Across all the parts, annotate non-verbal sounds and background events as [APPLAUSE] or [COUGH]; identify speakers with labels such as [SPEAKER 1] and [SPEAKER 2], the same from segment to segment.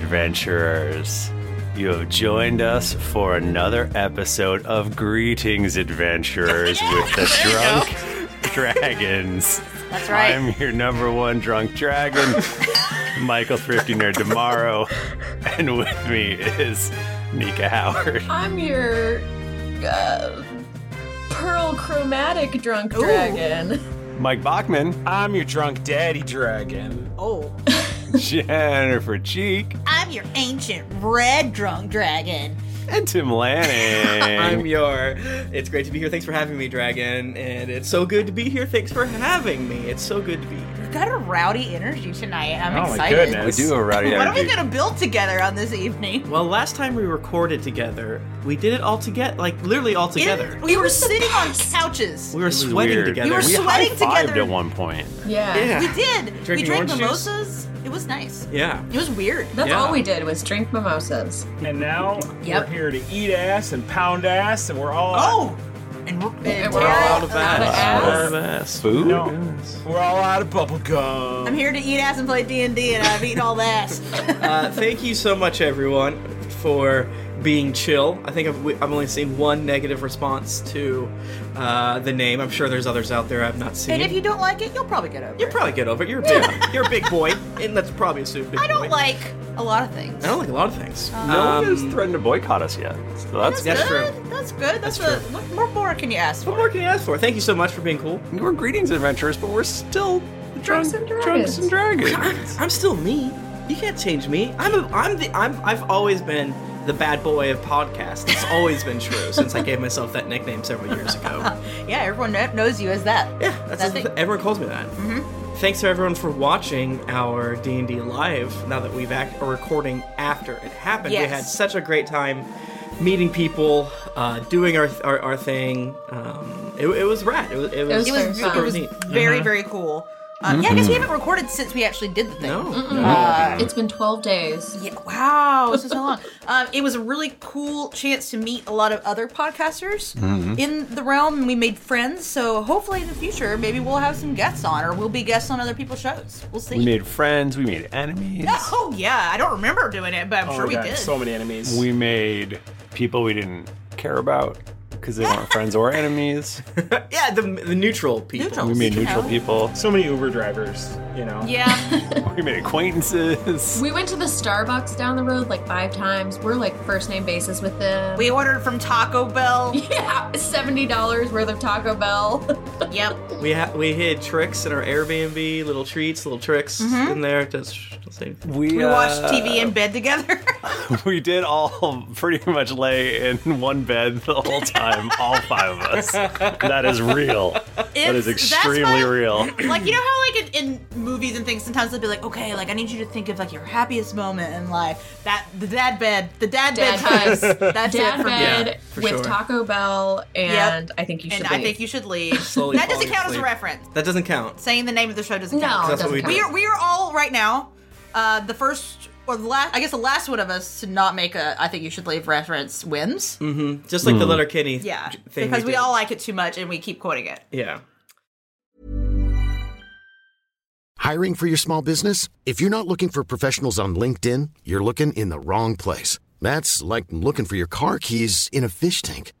[SPEAKER 1] adventurers. You have joined us for another episode of Greetings,
[SPEAKER 2] [LAUGHS]
[SPEAKER 1] Adventurers, with the Drunk Dragons.
[SPEAKER 2] That's right.
[SPEAKER 1] I'm your number one drunk
[SPEAKER 2] [LAUGHS]
[SPEAKER 1] dragon, Michael Thrifty Nerd Tomorrow, and with me is Nika Howard.
[SPEAKER 3] I'm your uh, pearl chromatic drunk dragon.
[SPEAKER 1] Mike Bachman,
[SPEAKER 4] I'm your drunk daddy dragon.
[SPEAKER 2] Oh,
[SPEAKER 1] Jennifer Cheek,
[SPEAKER 2] I'm your ancient red drunk dragon.
[SPEAKER 1] and Tim
[SPEAKER 2] [LAUGHS]
[SPEAKER 1] Lanning.
[SPEAKER 5] I'm your. It's great to be here. Thanks for having me, Dragon. And it's so good to be here. Thanks for having me. It's so good to be here.
[SPEAKER 2] We've got a rowdy energy tonight. I'm
[SPEAKER 4] Oh my
[SPEAKER 2] excited.
[SPEAKER 1] we
[SPEAKER 4] goodness.
[SPEAKER 1] do a rowdy
[SPEAKER 2] What are we
[SPEAKER 1] energy.
[SPEAKER 2] gonna build together on this evening?
[SPEAKER 5] Well, last time we recorded together, we did it all together. Like, literally all together.
[SPEAKER 2] In- we were sitting on couches.
[SPEAKER 5] we
[SPEAKER 2] We,
[SPEAKER 1] It
[SPEAKER 5] were
[SPEAKER 1] was
[SPEAKER 5] sweating
[SPEAKER 1] weird.
[SPEAKER 5] together.
[SPEAKER 2] You were
[SPEAKER 1] we
[SPEAKER 2] sweating
[SPEAKER 1] high-fived
[SPEAKER 2] together.
[SPEAKER 1] at one point.
[SPEAKER 3] Yeah.
[SPEAKER 5] Yeah.
[SPEAKER 2] did. we
[SPEAKER 5] Drinking
[SPEAKER 2] drank
[SPEAKER 5] orange juice?
[SPEAKER 2] mimosas. It was nice.
[SPEAKER 5] yeah.
[SPEAKER 2] It was weird.
[SPEAKER 3] That's
[SPEAKER 5] Yeah.
[SPEAKER 3] all we did was drink mimosas.
[SPEAKER 4] And now
[SPEAKER 2] Yep.
[SPEAKER 4] we're here to eat ass and pound ass, and we're all
[SPEAKER 2] Oh, and, we're- and
[SPEAKER 3] And we're
[SPEAKER 2] Tara,
[SPEAKER 3] all
[SPEAKER 5] Out of that.
[SPEAKER 3] Out of
[SPEAKER 5] Out of ass.
[SPEAKER 1] Food?
[SPEAKER 4] No. we're all out of bubble gum.
[SPEAKER 2] I'm here to eat ass and play D and D, and I've eaten
[SPEAKER 5] [LAUGHS]
[SPEAKER 2] all that.
[SPEAKER 5] Uh, thank you so much, everyone, for being chill. I think I've, we- I've only seen one negative response to uh, the name. I'm sure there's others out there I've not seen.
[SPEAKER 2] and if you don't like it, you'll probably get over
[SPEAKER 5] will
[SPEAKER 2] it.
[SPEAKER 5] probably get over it. You're a big, you're a big boy, and that's probably a stupid.
[SPEAKER 2] I don't
[SPEAKER 5] boy.
[SPEAKER 2] like a lot of things.
[SPEAKER 5] I don't like a lot of things.
[SPEAKER 1] No
[SPEAKER 5] Um,
[SPEAKER 1] one has threatened to boycott us yet, so that's
[SPEAKER 5] That's
[SPEAKER 2] good.
[SPEAKER 5] true.
[SPEAKER 2] That's good. That's,
[SPEAKER 5] That's
[SPEAKER 2] a, What more, more can you ask
[SPEAKER 5] What
[SPEAKER 2] for?
[SPEAKER 5] more can you ask for? Thank you so much for being cool.
[SPEAKER 1] We're greetings adventurers, but we're still the drunk,
[SPEAKER 3] Drunks and
[SPEAKER 1] drunks and dragons.
[SPEAKER 5] I'm still me. You can't change me. I'm a, I'm the I'm I've always been the bad boy of podcasts. It's always been true since I gave myself that nickname several years ago.
[SPEAKER 2] [LAUGHS] Yeah, everyone kn- knows you as that.
[SPEAKER 5] Yeah, that's
[SPEAKER 2] That's it.
[SPEAKER 5] everyone calls me that.
[SPEAKER 2] Mm-hmm.
[SPEAKER 5] Thanks to everyone for watching our D and D live. Now that we've act are recording after it happened, we
[SPEAKER 2] Yes.
[SPEAKER 5] had such a great time meeting people, uh, doing our our, our thing. Um, it, it was rad. It was it was,
[SPEAKER 3] was
[SPEAKER 2] It was,
[SPEAKER 3] Very
[SPEAKER 2] it
[SPEAKER 3] fun.
[SPEAKER 2] was
[SPEAKER 5] Neat.
[SPEAKER 4] Uh-huh.
[SPEAKER 5] Uh-huh.
[SPEAKER 2] very, very cool. Um, Yeah, I
[SPEAKER 4] Mm-hmm.
[SPEAKER 2] guess we haven't recorded since we actually did the thing. Uh,
[SPEAKER 5] no.
[SPEAKER 3] It's been 12 days.
[SPEAKER 2] Yeah, wow, this is so long. [LAUGHS] Um, it was a really cool chance to meet a lot of other podcasters
[SPEAKER 4] Mm-hmm.
[SPEAKER 2] in the realm, and we made friends. So hopefully, in the future, maybe we'll have some guests on, or we'll be guests on other people's shows. We'll see.
[SPEAKER 1] We
[SPEAKER 2] [LAUGHS]
[SPEAKER 1] made friends, we made enemies,
[SPEAKER 2] oh yeah, I don't remember doing it, but I'm
[SPEAKER 4] Oh
[SPEAKER 2] sure
[SPEAKER 4] my
[SPEAKER 2] we
[SPEAKER 4] God,
[SPEAKER 2] did.
[SPEAKER 4] So many enemies.
[SPEAKER 1] we made people we didn't care about because they weren't friends or enemies.
[SPEAKER 5] Yeah, the, the neutral people.
[SPEAKER 2] Neutral.
[SPEAKER 1] We made
[SPEAKER 2] You
[SPEAKER 1] neutral
[SPEAKER 2] know?
[SPEAKER 1] people,
[SPEAKER 4] so many Uber drivers. You know.
[SPEAKER 2] Yeah,
[SPEAKER 1] we made acquaintances. [LAUGHS]
[SPEAKER 3] [LAUGHS] We went to the Starbucks down the road like five times. We're like first name basis with them.
[SPEAKER 2] we ordered from Taco Bell.
[SPEAKER 3] [LAUGHS] yeah, $70 worth of Taco Bell. [LAUGHS]
[SPEAKER 2] yep.
[SPEAKER 5] We ha- we hid tricks in our Airbnb, little treats, little tricks in there. Just don't say anything.
[SPEAKER 1] We,
[SPEAKER 2] Mm-hmm. We watched
[SPEAKER 1] uh,
[SPEAKER 2] TV [LAUGHS] in bed together.
[SPEAKER 1] We did all pretty much lay in one bed the whole time, all five of us. That is real. that is
[SPEAKER 2] It's- that's
[SPEAKER 1] extremely
[SPEAKER 2] why-
[SPEAKER 1] real.
[SPEAKER 2] [CLEARS THROAT] like you know how like in, in movies and things sometimes they'll be like okay like i need you to think of like your happiest moment in life that the dad bed the dad,
[SPEAKER 3] Dad
[SPEAKER 2] bed
[SPEAKER 3] bed.
[SPEAKER 2] time. [LAUGHS] that's it
[SPEAKER 3] Dad
[SPEAKER 2] for me
[SPEAKER 5] Yeah,
[SPEAKER 3] bed
[SPEAKER 5] for
[SPEAKER 3] with
[SPEAKER 5] sure.
[SPEAKER 3] Taco Bell, and I think you should
[SPEAKER 2] and
[SPEAKER 3] leave.
[SPEAKER 2] i think you should
[SPEAKER 5] [LAUGHS]
[SPEAKER 2] leave
[SPEAKER 5] Slowly
[SPEAKER 2] that doesn't
[SPEAKER 5] falling
[SPEAKER 2] count as a
[SPEAKER 5] asleep.
[SPEAKER 2] reference
[SPEAKER 5] That doesn't count.
[SPEAKER 2] saying the name of the show doesn't
[SPEAKER 3] No,
[SPEAKER 2] count
[SPEAKER 3] it
[SPEAKER 5] That's what
[SPEAKER 3] doesn't
[SPEAKER 5] we
[SPEAKER 3] count.
[SPEAKER 2] we are we are all right now uh the first or the last i guess the last one of us to not make a i think you should leave reference wins
[SPEAKER 5] Mm. Mm-hmm. Just like the
[SPEAKER 1] Hmm.
[SPEAKER 5] letter Kenny.
[SPEAKER 2] yeah
[SPEAKER 5] Thing
[SPEAKER 2] because we,
[SPEAKER 5] did.
[SPEAKER 2] all like it too much and we keep quoting it
[SPEAKER 5] Yeah. [LAUGHS]
[SPEAKER 6] Hiring for your small business? If you're not looking for professionals on LinkedIn, you're looking in the wrong place. That's like looking for your car keys in a fish tank.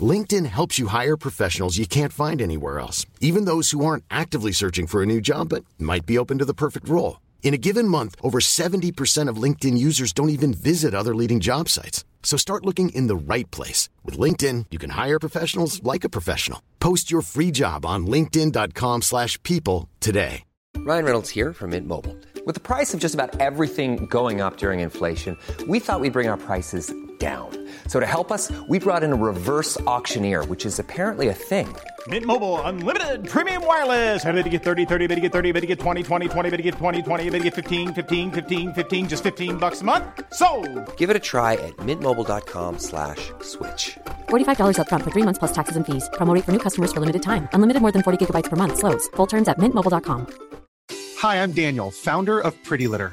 [SPEAKER 6] LinkedIn helps you hire professionals you can't find anywhere else, even those who aren't actively searching for a new job but might be open to the perfect role. In a given month, over 70% of LinkedIn users don't even visit other leading job sites. So start looking in the right place. With LinkedIn, you can hire professionals like a professional. Post your free job on linkedin.com/people slash people today.
[SPEAKER 7] Ryan Reynolds here from Mint Mobile. With the price of just about everything going up during inflation, we thought we'd bring our prices down. So to help us, we brought in a reverse auctioneer, which is apparently a thing.
[SPEAKER 8] Mint Mobile unlimited premium wireless. Ready to get 30, 30, bet you get 30, bet you get 20, 20, 20, bet you get 20, 20, bet you get 15, 15, 15, 15 just 15 bucks a month. So,
[SPEAKER 7] Give it a try at mintmobile.com slash switch.
[SPEAKER 9] $45 upfront for three months plus taxes and fees. Promo rate for new customers for limited time. Unlimited more than 40 gigabytes per month. Slows. Full terms at mintmobile.com.
[SPEAKER 10] Hi, I'm Daniel, founder of Pretty Litter.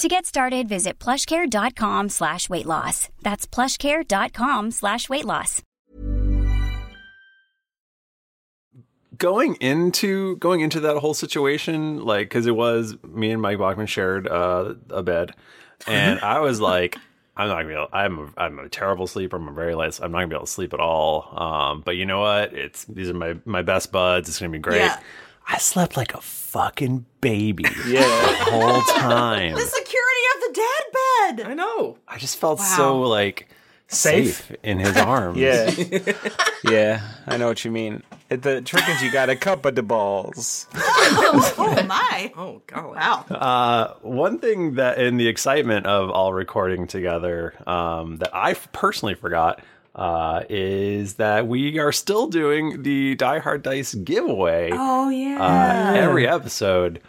[SPEAKER 11] To get started, visit plushcare.com slash weight loss. That's plushcare.com slash weight loss.
[SPEAKER 1] going into going into that whole situation, like because it was me and Mike Bachman shared uh, a bed, and I was like, [LAUGHS] I'm not gonna be able. I'm a, I'm a terrible sleeper. I'm a very light. I'm not gonna be able to sleep at all. Um, but you know what? It's these are my my best buds. It's gonna be great.
[SPEAKER 2] Yeah.
[SPEAKER 1] I slept like a fucking baby. Yeah, the
[SPEAKER 2] [LAUGHS]
[SPEAKER 1] whole time.
[SPEAKER 2] The security of the dad bed.
[SPEAKER 5] I know.
[SPEAKER 1] I just felt so like
[SPEAKER 4] Safe?
[SPEAKER 1] safe, in
[SPEAKER 4] [LAUGHS]
[SPEAKER 1] his arms.
[SPEAKER 4] Yeah. yeah, I know what you mean. The trick is you got a cup of the balls.
[SPEAKER 2] oh, my.
[SPEAKER 5] Oh golly.
[SPEAKER 2] Wow.
[SPEAKER 1] Uh, one thing that in the excitement of all recording together um, that I f- personally forgot uh, is that we are still doing the Die Hard Dice giveaway
[SPEAKER 2] Oh yeah.
[SPEAKER 1] uh, every episode,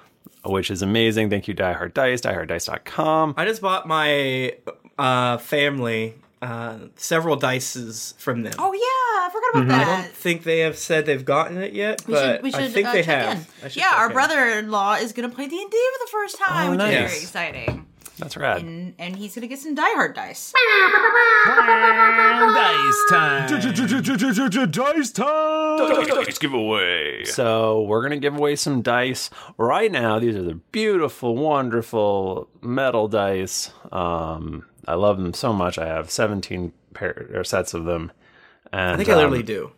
[SPEAKER 1] which is amazing. Thank you, Die Hard Dice, dieharddice.com.
[SPEAKER 5] I just bought my uh, family uh, several dices from them.
[SPEAKER 2] oh yeah. I forgot about
[SPEAKER 1] Mm-hmm.
[SPEAKER 5] I
[SPEAKER 2] that.
[SPEAKER 5] don't think they have said they've gotten it yet, but I think
[SPEAKER 2] uh,
[SPEAKER 5] they
[SPEAKER 2] check
[SPEAKER 5] have.
[SPEAKER 2] in.
[SPEAKER 5] I should
[SPEAKER 2] Yeah,
[SPEAKER 5] check
[SPEAKER 2] our
[SPEAKER 5] in.
[SPEAKER 2] brother-in-law is going to play D and D for the first time,
[SPEAKER 1] Oh,
[SPEAKER 2] which is
[SPEAKER 1] nice.
[SPEAKER 2] very exciting.
[SPEAKER 1] That's rad.
[SPEAKER 2] And, and he's going to get some Die Hard
[SPEAKER 3] [LAUGHS]
[SPEAKER 2] dice.
[SPEAKER 4] Dice time.
[SPEAKER 8] Dice time!
[SPEAKER 1] Dice giveaway. So we're gonna give away some dice right now. These are the beautiful, wonderful metal dice. Um, I love them so much. I have 17 pair or sets of them. And, um,
[SPEAKER 5] I think I literally do.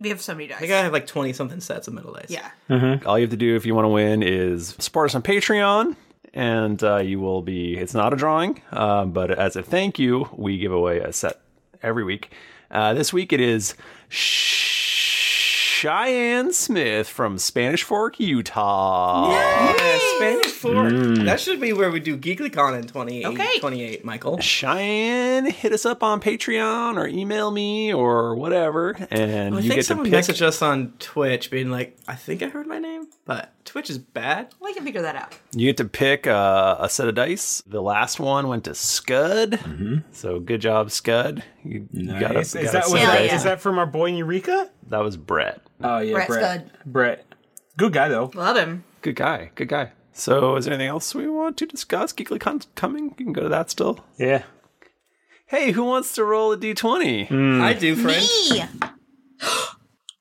[SPEAKER 2] We have so many dice.
[SPEAKER 5] I think I have like twenty something sets of metal dice.
[SPEAKER 2] yeah.
[SPEAKER 1] all you have to do if you want to win is support us on Patreon, and uh, you will be. It's not a drawing, uh, but as a thank you, we give away a set every week. Uh, this week it is Cheyenne Smith from Spanish Fork, Utah.
[SPEAKER 5] Yeah, Uh, Spanish Fork.
[SPEAKER 1] Mm.
[SPEAKER 5] That should be where we do GeeklyCon in 28,
[SPEAKER 2] Okay.
[SPEAKER 5] 28, Michael.
[SPEAKER 1] Cheyenne, hit us up on Patreon or email me or whatever, and
[SPEAKER 5] I
[SPEAKER 1] you get
[SPEAKER 5] think
[SPEAKER 1] to
[SPEAKER 5] someone
[SPEAKER 1] pick.
[SPEAKER 5] messaged us on Twitch being like, I think I heard my name, but Twitch is bad.
[SPEAKER 2] We can figure that out.
[SPEAKER 1] You get to pick uh, a set of dice. The last one went to Scud, so good job, Scud. You, you gotta-
[SPEAKER 4] Mm-hmm. Is,
[SPEAKER 1] gotta
[SPEAKER 4] is
[SPEAKER 1] set
[SPEAKER 4] that was
[SPEAKER 1] the
[SPEAKER 4] that,
[SPEAKER 1] dice.
[SPEAKER 4] is that from our boy Eureka?
[SPEAKER 1] That was Brett.
[SPEAKER 4] Oh yeah,
[SPEAKER 2] Brett's
[SPEAKER 4] Brett. Brett, good guy though.
[SPEAKER 2] Love him.
[SPEAKER 1] Good guy. Good guy. So, is there anything else we want to discuss? GeeklyCon's coming. You can go to that still.
[SPEAKER 4] Yeah.
[SPEAKER 1] Hey, who wants to roll a d20?
[SPEAKER 4] Hmm.
[SPEAKER 5] I do, friend.
[SPEAKER 2] E.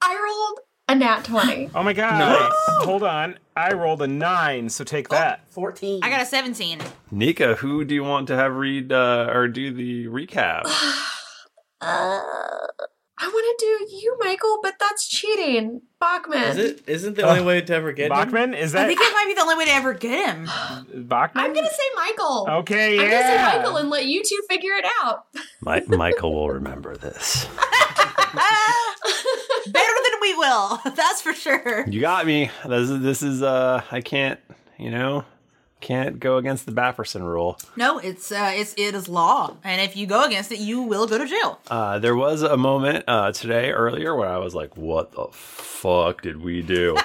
[SPEAKER 3] I rolled a nat 20.
[SPEAKER 4] Oh my god. Hold on. I rolled a nine, so take
[SPEAKER 2] Oh,
[SPEAKER 4] that.
[SPEAKER 5] Fourteen.
[SPEAKER 2] I got a 17.
[SPEAKER 1] Nika, who do you want to have read uh, or do the
[SPEAKER 2] [SIGHS]
[SPEAKER 1] recap?
[SPEAKER 3] "Uh, I want to do you, Michael, but that's cheating. Bachman.
[SPEAKER 5] Is it, isn't the
[SPEAKER 1] Uh,
[SPEAKER 5] only way to ever get him?
[SPEAKER 4] Bachman? Is
[SPEAKER 2] I
[SPEAKER 4] that
[SPEAKER 2] think it might be the only way to ever get him.
[SPEAKER 4] Bachman?
[SPEAKER 3] I'm going to say Michael.
[SPEAKER 4] Okay,
[SPEAKER 3] I'm going to
[SPEAKER 4] yeah.
[SPEAKER 3] say Michael and let you two figure it out. [LAUGHS]
[SPEAKER 1] My- Michael will remember this.
[SPEAKER 2] Better than we will. [LAUGHS] That's for sure.
[SPEAKER 1] You got me. This is, this is uh, I can't, you know, can't go against the Bafferson rule.
[SPEAKER 2] No, it's uh, it's it is law, and if you go against it, you will go to jail.
[SPEAKER 1] Uh, there was a moment uh, today earlier where I was like, "What the fuck did we
[SPEAKER 2] [LAUGHS]
[SPEAKER 1] do?"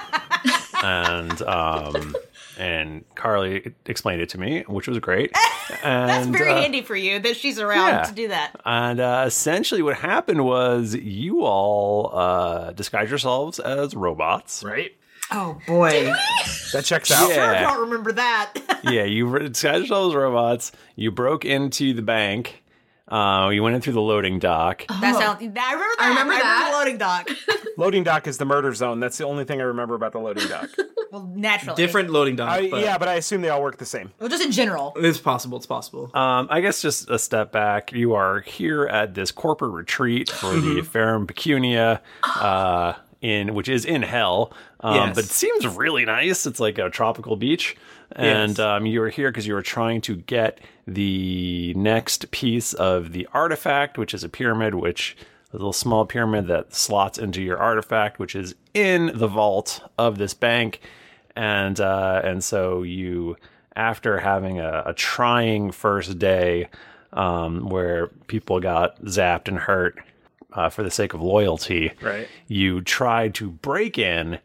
[SPEAKER 1] and um, and Carly explained it to me, which was great. And,
[SPEAKER 2] [LAUGHS] That's very
[SPEAKER 1] uh,
[SPEAKER 2] handy for you that she's around
[SPEAKER 1] yeah.
[SPEAKER 2] to do that.
[SPEAKER 1] And uh, essentially, what happened was you all uh, disguised yourselves as robots.
[SPEAKER 4] Right?
[SPEAKER 2] Oh boy,
[SPEAKER 4] That checks out.
[SPEAKER 2] I
[SPEAKER 1] Yeah,
[SPEAKER 2] don't remember that.
[SPEAKER 1] yeah. You re- disguised yourselves as robots. You broke into the bank. Uh, you went in through the loading dock.
[SPEAKER 2] [LAUGHS] that sounds. I remember that.
[SPEAKER 3] I remember that.
[SPEAKER 2] the loading dock.
[SPEAKER 4] Loading dock is the murder zone. That's the only thing I remember about the loading
[SPEAKER 2] [LAUGHS]
[SPEAKER 4] dock.
[SPEAKER 2] Well, naturally,
[SPEAKER 5] Different loading dock,
[SPEAKER 4] I,
[SPEAKER 5] but
[SPEAKER 4] yeah, but I assume they all work the same.
[SPEAKER 2] Well, just in general.
[SPEAKER 5] it's possible. It's possible.
[SPEAKER 1] Um, I guess just a step back. You are here at this corporate retreat for the Ferrum Pecunia, uh, in which is in hell. Um,
[SPEAKER 5] Yes.
[SPEAKER 1] But it seems really nice. It's like a tropical beach, and
[SPEAKER 5] Yes.
[SPEAKER 1] um, you were here because you were trying to get the next piece of the artifact, which is a pyramid, which a little small pyramid that slots into your artifact, which is in the vault of this bank, and uh, and so you, after having a, a trying first day, um, where people got zapped and hurt uh, for the sake of loyalty,
[SPEAKER 5] Right.
[SPEAKER 1] you tried to break in,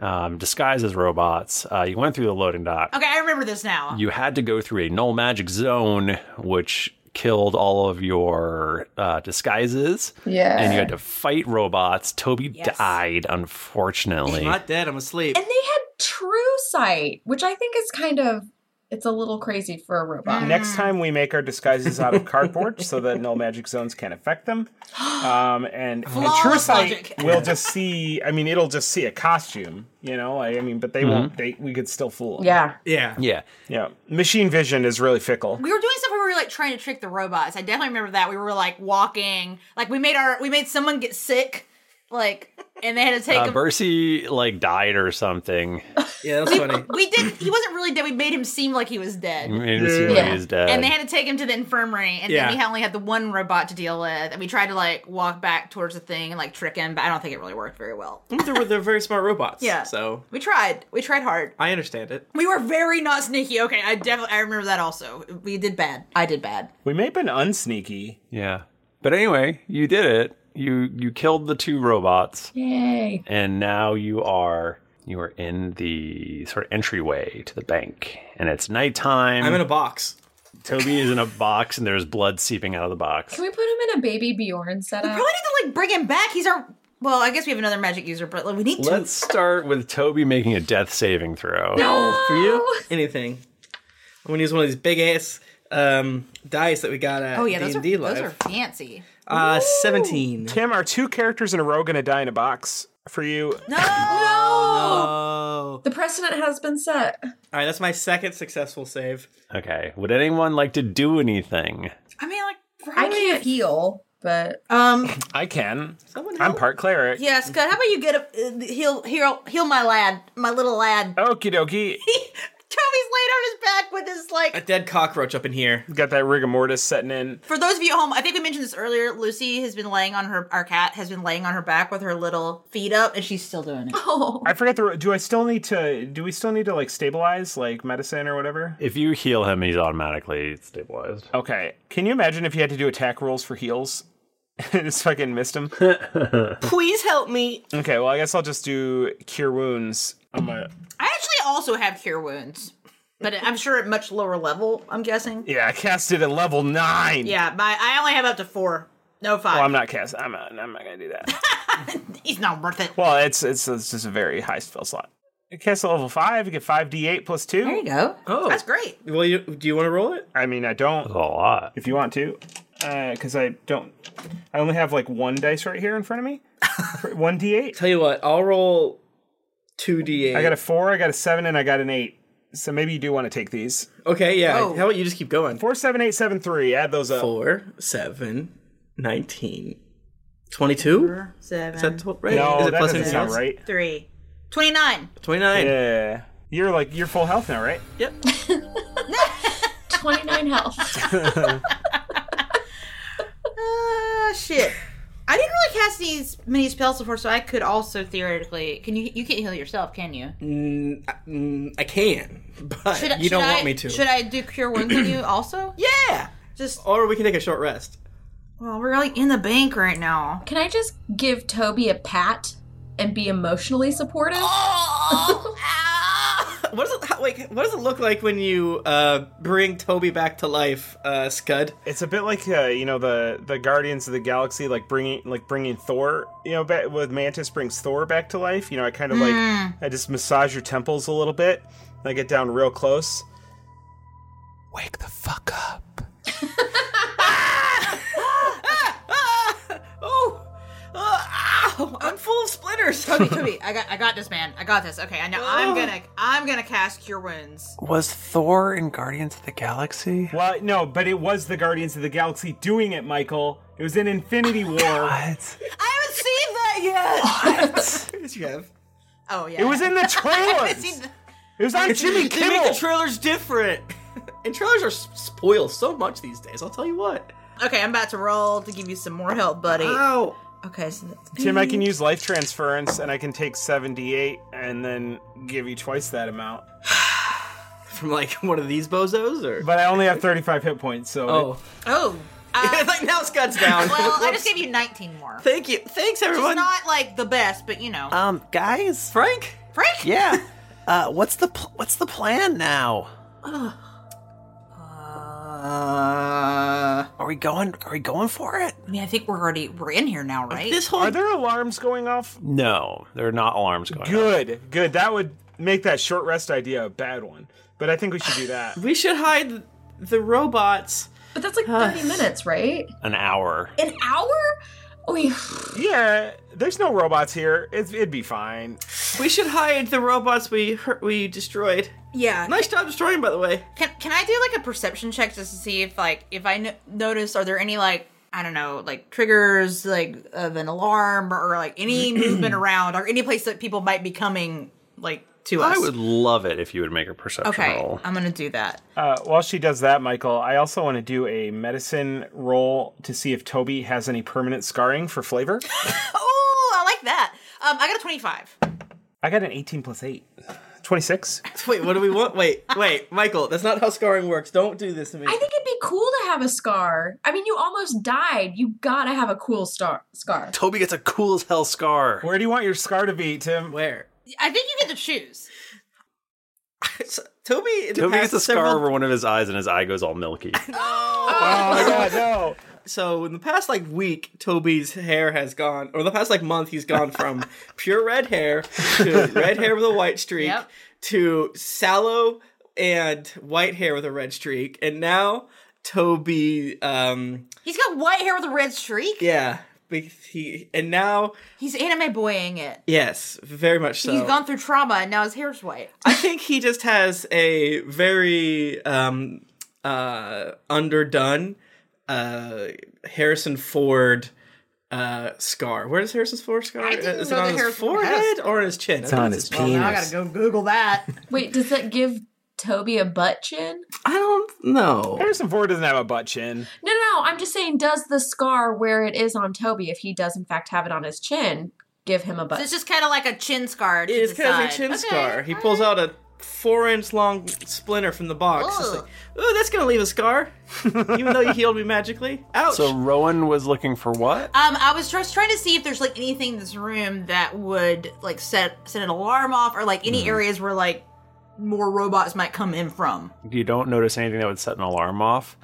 [SPEAKER 1] um, disguised as robots. Uh, you went through the loading dock.
[SPEAKER 2] Okay, I remember this now.
[SPEAKER 1] You had to go through a null magic zone, which killed all of your uh, disguises.
[SPEAKER 2] Yeah.
[SPEAKER 1] And you had to fight robots. Toby
[SPEAKER 3] Yes.
[SPEAKER 1] died, unfortunately.
[SPEAKER 5] Not dead. I'm asleep.
[SPEAKER 3] And they had true sight, which I think is kind of it's a little crazy for a
[SPEAKER 2] Mm.
[SPEAKER 3] robot.
[SPEAKER 4] Mm. Next time we make our disguises out of cardboard so that no magic zones can affect
[SPEAKER 2] [GASPS]
[SPEAKER 4] them. Um, and, and True
[SPEAKER 3] Flawless
[SPEAKER 4] Sight
[SPEAKER 3] logic.
[SPEAKER 4] will just see, I mean, it'll just see a costume, you know? I, I mean, but they
[SPEAKER 1] Mhm.
[SPEAKER 4] won't, they, we could still fool them.
[SPEAKER 3] Yeah.
[SPEAKER 5] Mm-hmm. Yeah.
[SPEAKER 1] Yeah.
[SPEAKER 4] Yeah. Machine vision is really fickle.
[SPEAKER 2] We were doing stuff where we were like trying to trick the robots. I definitely remember that. We were like walking, like we made our we made someone get sick, like, and they had to take
[SPEAKER 1] Uh,
[SPEAKER 2] him.
[SPEAKER 1] Bercy like died or something.
[SPEAKER 5] Yeah,
[SPEAKER 2] we, we did. He wasn't really dead. We made him seem like he was dead.
[SPEAKER 1] You made him seem like he Yeah. was dead.
[SPEAKER 2] And they had to take him to the infirmary, and
[SPEAKER 1] Yeah.
[SPEAKER 2] then we only had the one robot to deal with. And we tried to like walk back towards the thing and like trick him, but I don't think it really worked very well.
[SPEAKER 5] Mm, they're, they're very smart robots.
[SPEAKER 2] Yeah.
[SPEAKER 5] So
[SPEAKER 2] We tried. We tried hard.
[SPEAKER 5] I understand it.
[SPEAKER 2] We were very not sneaky. Okay, I definitely I remember that also. We did bad. I did bad.
[SPEAKER 4] We may have been unsneaky.
[SPEAKER 1] Yeah. But anyway, you did it. You you killed the two robots.
[SPEAKER 3] Yay.
[SPEAKER 1] And now you are you are in the sort of entryway to the bank. And it's nighttime.
[SPEAKER 5] I'm in a box.
[SPEAKER 1] Toby is in a box and there's blood seeping out of the box.
[SPEAKER 3] Can we put him in a baby Bjorn setup? We probably
[SPEAKER 2] need to like bring him back. He's our well, I guess we have another magic user, but like, we need to
[SPEAKER 1] Let's start with Toby making a death saving throw.
[SPEAKER 5] No, for you,
[SPEAKER 2] Oh.
[SPEAKER 5] anything. I'm gonna use one of these big ass um, dice that we got at
[SPEAKER 2] Oh yeah,
[SPEAKER 5] D
[SPEAKER 2] those
[SPEAKER 5] and
[SPEAKER 2] are,
[SPEAKER 5] D
[SPEAKER 2] those are
[SPEAKER 5] live.
[SPEAKER 2] fancy.
[SPEAKER 5] uh, seventeen.
[SPEAKER 4] Tim, are two characters in a row going to die in a box for you?
[SPEAKER 2] No.
[SPEAKER 5] Oh.
[SPEAKER 3] The precedent has been set.
[SPEAKER 5] All right, that's my second successful save.
[SPEAKER 1] Okay. Would anyone like to do anything?
[SPEAKER 2] I mean, like
[SPEAKER 3] I can't heal, but
[SPEAKER 2] um,
[SPEAKER 4] I can. I'm part cleric.
[SPEAKER 2] yeah, Scott. How about you get a uh, heal, heal, heal my lad, my little lad.
[SPEAKER 4] Okie
[SPEAKER 5] [LAUGHS]
[SPEAKER 4] dokie.
[SPEAKER 2] Toby's laid on his back with his like.
[SPEAKER 5] A dead cockroach up in here.
[SPEAKER 4] Got that rigor mortis setting in.
[SPEAKER 2] For those of you at home, I think we mentioned this earlier. Lucy has been laying on her, our cat has been laying on her back with her little feet up, and she's still doing it.
[SPEAKER 3] Oh.
[SPEAKER 4] I forget the. Do I still need to? Do we still need to like stabilize, like medicine or whatever?
[SPEAKER 1] If you heal him, he's automatically stabilized.
[SPEAKER 4] Okay. Can you imagine if you had to do attack rolls for heals? [LAUGHS] just fucking missed him.
[SPEAKER 2] Please help me.
[SPEAKER 4] okay. Well, I guess I'll just do cure wounds. I'm a,
[SPEAKER 2] I actually also have cure wounds, but I'm sure at much lower level. I'm guessing.
[SPEAKER 4] yeah, I cast it at level nine.
[SPEAKER 2] Yeah, my I only have up to four. No five.
[SPEAKER 4] Well, Oh, I'm not cast. I'm not. I'm not gonna do that. [LAUGHS]
[SPEAKER 2] He's not worth it.
[SPEAKER 4] Well, it's it's, it's just a very high spell slot. You cast at level five. You get five d8 plus two. There
[SPEAKER 2] you go.
[SPEAKER 5] Oh,
[SPEAKER 2] that's great.
[SPEAKER 5] Well, you, do you want to roll it?
[SPEAKER 4] I mean, I don't.
[SPEAKER 1] a lot.
[SPEAKER 4] If you want to, because I don't. I only have like one dice right here in front of me. [LAUGHS] one d8.
[SPEAKER 5] Tell you what, I'll roll two d8.
[SPEAKER 4] I got a four. I got a seven, and I got an eight. So maybe you do want to take these.
[SPEAKER 5] Okay, yeah.
[SPEAKER 2] Oh.
[SPEAKER 5] How about you just keep going?
[SPEAKER 4] Four, seven, eight, seven, three. Add those up.
[SPEAKER 5] Four, seven, 19. 22?
[SPEAKER 2] Seven.
[SPEAKER 5] Is that tw- right?
[SPEAKER 4] No,
[SPEAKER 5] Is it
[SPEAKER 4] that
[SPEAKER 5] plus
[SPEAKER 4] doesn't
[SPEAKER 5] anything
[SPEAKER 4] sound
[SPEAKER 5] else?
[SPEAKER 4] right.
[SPEAKER 2] Three. Twenty-nine.
[SPEAKER 5] 29.
[SPEAKER 4] Yeah. You're like you're full health now, right?
[SPEAKER 5] Yep.
[SPEAKER 4] [LAUGHS]
[SPEAKER 3] 29 health.
[SPEAKER 2] Ah, shit. I didn't really cast these many spells before, so I could also theoretically. Can you? You can't heal yourself, can you?
[SPEAKER 5] Mm, I- mm, I can, [LAUGHS] but
[SPEAKER 2] Should I-
[SPEAKER 5] Uh, you don't
[SPEAKER 2] should
[SPEAKER 5] want
[SPEAKER 2] I-
[SPEAKER 5] me to.
[SPEAKER 2] Should I do cure wounds on you also?
[SPEAKER 5] Yeah.
[SPEAKER 2] Just
[SPEAKER 5] or we can take a short rest.
[SPEAKER 2] Well, we're like in the bank right now.
[SPEAKER 3] Can I just give Toby a pat and be emotionally supportive?
[SPEAKER 2] Oh!
[SPEAKER 5] [LAUGHS] What does it how, like? What does it look like when you uh, bring Toby back to life, uh, Scud?
[SPEAKER 4] It's a bit like uh, you know the the Guardians of the Galaxy, like bringing like bringing Thor, you know, back, with Mantis brings Thor back to life. You know, I kind of
[SPEAKER 2] Mm.
[SPEAKER 4] like I just massage your temples a little bit, and I get down real close.
[SPEAKER 5] [LAUGHS] Oh, ow, I'm full of splinters. [LAUGHS]
[SPEAKER 2] Toby, Toby, I got, I got this, man. I got this. Okay, I know. I'm gonna,
[SPEAKER 5] Oh.
[SPEAKER 2] I'm gonna cast cure wounds.
[SPEAKER 1] Was Thor in Guardians of the Galaxy?
[SPEAKER 4] Well, no, but it was the Guardians of the Galaxy doing it, Michael. It was in Infinity War.
[SPEAKER 2] I haven't
[SPEAKER 1] seen that
[SPEAKER 2] yet.
[SPEAKER 5] Yes, you have.
[SPEAKER 2] Oh yeah.
[SPEAKER 4] It was in the
[SPEAKER 2] [LAUGHS] I haven't
[SPEAKER 4] trailers.
[SPEAKER 2] seen the-
[SPEAKER 4] It was on Jimmy
[SPEAKER 5] They make
[SPEAKER 4] Kimmel.
[SPEAKER 5] [LAUGHS] the trailers different, and trailers are s- spoiled so much these days. I'll tell you what.
[SPEAKER 2] Okay, I'm about to roll to give you some more help, buddy.
[SPEAKER 4] Ow.
[SPEAKER 2] Okay, so that's
[SPEAKER 4] Tim, I can use life transference, and I can take seventy-eight, and then give you twice that amount.
[SPEAKER 5] [SIGHS] From like [LAUGHS] one of these bozos, or
[SPEAKER 4] but I only have thirty-five hit points, so
[SPEAKER 5] Oh.
[SPEAKER 2] Oh. Uh,
[SPEAKER 5] [LAUGHS] like now Scott's down.
[SPEAKER 2] Well, I just gave you 19 more.
[SPEAKER 5] Thank you. Thanks, Uh,
[SPEAKER 2] It's not like the best, but you know.
[SPEAKER 1] Um, guys,
[SPEAKER 5] Frank,
[SPEAKER 2] Frank. [LAUGHS]
[SPEAKER 1] Yeah. Uh, what's the pl- what's the plan now?
[SPEAKER 2] Ugh.
[SPEAKER 1] Uh, are we going? Are we going for it?
[SPEAKER 2] I mean, I think we're already we're in here now, right?
[SPEAKER 4] are there alarms going off?
[SPEAKER 1] No, there are not alarms going.
[SPEAKER 4] Good, good. That would make that short rest idea a bad one. But I think we should do that.
[SPEAKER 5] [LAUGHS] we should hide the robots.
[SPEAKER 3] But that's like 30 minutes, right?
[SPEAKER 1] [LAUGHS] An hour.
[SPEAKER 3] An hour? Oh, yeah.
[SPEAKER 4] yeah, there's no robots here. It's, it'd be fine.
[SPEAKER 5] We should hide the robots we hurt, we destroyed.
[SPEAKER 2] Yeah.
[SPEAKER 5] Nice job destroying, by the way.
[SPEAKER 2] Can Can I do like a perception check just to see if like if I no- notice are there any like I don't know like triggers like of an alarm or like
[SPEAKER 4] [CLEARS THROAT]
[SPEAKER 2] any movement around or any place that people might be coming like to us.
[SPEAKER 1] I would love it if you would make a perception
[SPEAKER 2] Okay,
[SPEAKER 1] roll.
[SPEAKER 2] I'm gonna
[SPEAKER 5] [LAUGHS]
[SPEAKER 2] do that.
[SPEAKER 4] Uh, while she does that, Michael, I also want to do a medicine roll to see if Toby has any permanent scarring for flavor.
[SPEAKER 2] Oh, I like that. Um, I got a 25.
[SPEAKER 4] I got an 18 plus 8. 26?
[SPEAKER 5] [LAUGHS] Wait, what do we want? Wait, wait, Michael, that's not how scarring works. Don't do this to me.
[SPEAKER 3] I think it'd be cool to have a scar. I mean, you almost died. You gotta have a cool star- scar.
[SPEAKER 1] Toby gets a cool as hell scar.
[SPEAKER 4] Where do you want your scar to be, Tim?
[SPEAKER 5] Where?
[SPEAKER 2] I think you get to
[SPEAKER 5] [LAUGHS]
[SPEAKER 2] choose.
[SPEAKER 5] Toby, in the
[SPEAKER 1] Toby gets
[SPEAKER 5] past
[SPEAKER 1] a scar
[SPEAKER 5] several-
[SPEAKER 1] over one of his eyes, and his eye goes all milky.
[SPEAKER 5] my
[SPEAKER 4] Oh god, no.
[SPEAKER 5] So in the past like week, Toby's hair has gone, or the past like month, he's
[SPEAKER 4] [LAUGHS]
[SPEAKER 5] gone from pure red hair to red hair with a white streak
[SPEAKER 2] Yep.
[SPEAKER 5] to sallow and white hair with a red streak, and now Toby, um,
[SPEAKER 2] He's got white hair with a red streak.
[SPEAKER 5] yeah, be- he and now
[SPEAKER 2] He's anime boying it.
[SPEAKER 5] yes, very much so.
[SPEAKER 2] He's gone through trauma and now his hair's white.
[SPEAKER 5] I think he just has a very um, uh, underdone uh, Harrison Ford uh, scar. Where does Harrison Ford scar?
[SPEAKER 2] I didn't
[SPEAKER 5] Is it
[SPEAKER 2] know that
[SPEAKER 5] on his
[SPEAKER 2] Harrison Ford
[SPEAKER 5] forehead
[SPEAKER 2] has-
[SPEAKER 5] or on his chin?
[SPEAKER 4] It's
[SPEAKER 5] I think
[SPEAKER 4] on his
[SPEAKER 2] Well, now I gotta go Google that.
[SPEAKER 3] Wait, does that give Toby a butt chin?
[SPEAKER 5] I don't know.
[SPEAKER 4] Harrison Ford doesn't have a butt chin.
[SPEAKER 3] No, no, no. I'm just saying, does the scar where it is on Toby, if he does in fact have it on his chin, give him a butt?
[SPEAKER 2] So it's just kind of like a chin scar. To
[SPEAKER 5] It is
[SPEAKER 2] the
[SPEAKER 5] kind of a
[SPEAKER 2] side.
[SPEAKER 5] chin
[SPEAKER 2] Okay.
[SPEAKER 5] scar. He pulls out a four inch long splinter from the box. It's
[SPEAKER 2] Ugh.
[SPEAKER 5] like, Ooh, that's gonna leave a scar.
[SPEAKER 4] [LAUGHS]
[SPEAKER 5] Even though you healed me magically. Ouch.
[SPEAKER 1] So Rowan was looking for what?
[SPEAKER 2] Um, I was just trying to see if there's like anything in this room that would like set set an alarm off, or like
[SPEAKER 1] Hmm.
[SPEAKER 2] any areas where like more robots might come in from.
[SPEAKER 1] You don't notice anything that would set an alarm off,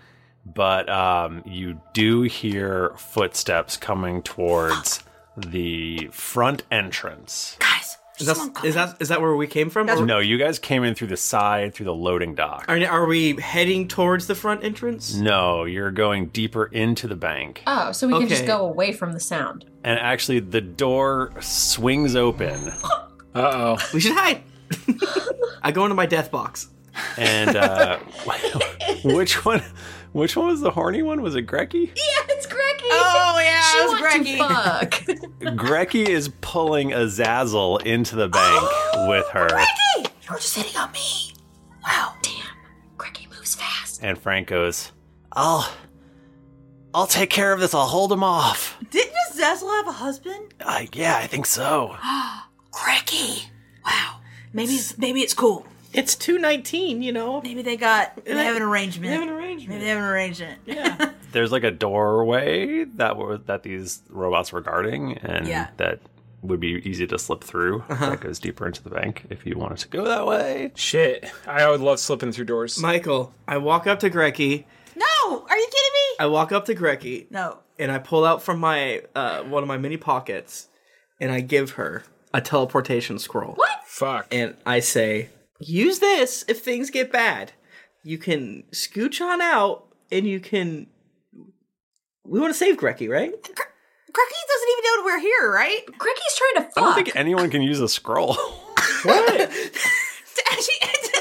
[SPEAKER 1] but um, you do hear footsteps coming towards the front entrance.
[SPEAKER 2] Guys,
[SPEAKER 5] is that, is that is that where we came from? Or-
[SPEAKER 1] No, you guys came in through the side, through the loading dock.
[SPEAKER 5] Are, are we heading towards the front entrance?
[SPEAKER 1] No, you're going deeper into the bank.
[SPEAKER 3] oh, so we can just
[SPEAKER 1] Okay.
[SPEAKER 3] go away from the sound.
[SPEAKER 1] And actually, the door swings open.
[SPEAKER 4] Uh oh.
[SPEAKER 5] We should
[SPEAKER 1] [LAUGHS]
[SPEAKER 5] hide. I go into my death box.
[SPEAKER 1] And uh, which one? Which one was the horny one? Was it Grecky?
[SPEAKER 3] Yeah, it's Greggy.
[SPEAKER 2] Oh, yeah,
[SPEAKER 3] she
[SPEAKER 2] it was
[SPEAKER 3] wants To
[SPEAKER 2] Greggy. [LAUGHS]
[SPEAKER 3] fuck.
[SPEAKER 1] Grecky is pulling a Zazzle into the bank with her,
[SPEAKER 2] Hey, you were just hitting on me. Wow, damn.
[SPEAKER 3] Greggy moves fast.
[SPEAKER 1] and Frank goes, "I'll, I'll take care of this. I'll hold him off."
[SPEAKER 2] Didn't Zazzle have a husband?
[SPEAKER 1] Uh, yeah, I think so.
[SPEAKER 2] [GASPS] Cracky. Wow. Maybe it's, maybe it's cool.
[SPEAKER 5] It's two nineteen, you know.
[SPEAKER 2] Maybe they got they have an arrangement.
[SPEAKER 5] They have an arrangement.
[SPEAKER 2] Maybe they have an arrangement.
[SPEAKER 1] There's like a doorway that were that these robots were guarding, and
[SPEAKER 2] Yeah.
[SPEAKER 1] that would be easy to slip through. That goes deeper into the bank if you wanted to go that way.
[SPEAKER 4] Shit. I would love slipping through doors.
[SPEAKER 5] Michael, I walk up to Grecky.
[SPEAKER 2] [LAUGHS] No, are you kidding me?
[SPEAKER 5] I walk up to Grecky
[SPEAKER 2] No.
[SPEAKER 5] and I pull out from my uh, one of my mini pockets and I give her a teleportation scroll. What?
[SPEAKER 4] Fuck.
[SPEAKER 5] And I say, use this if things get bad. You can scooch on out and you can. We want to save Grecky, right?
[SPEAKER 2] Cracky doesn't even know we're here, right?
[SPEAKER 3] Greggy's trying to
[SPEAKER 1] I don't
[SPEAKER 3] fuck.
[SPEAKER 1] think anyone can use a scroll. [LAUGHS]
[SPEAKER 2] [LAUGHS] she, [LAUGHS]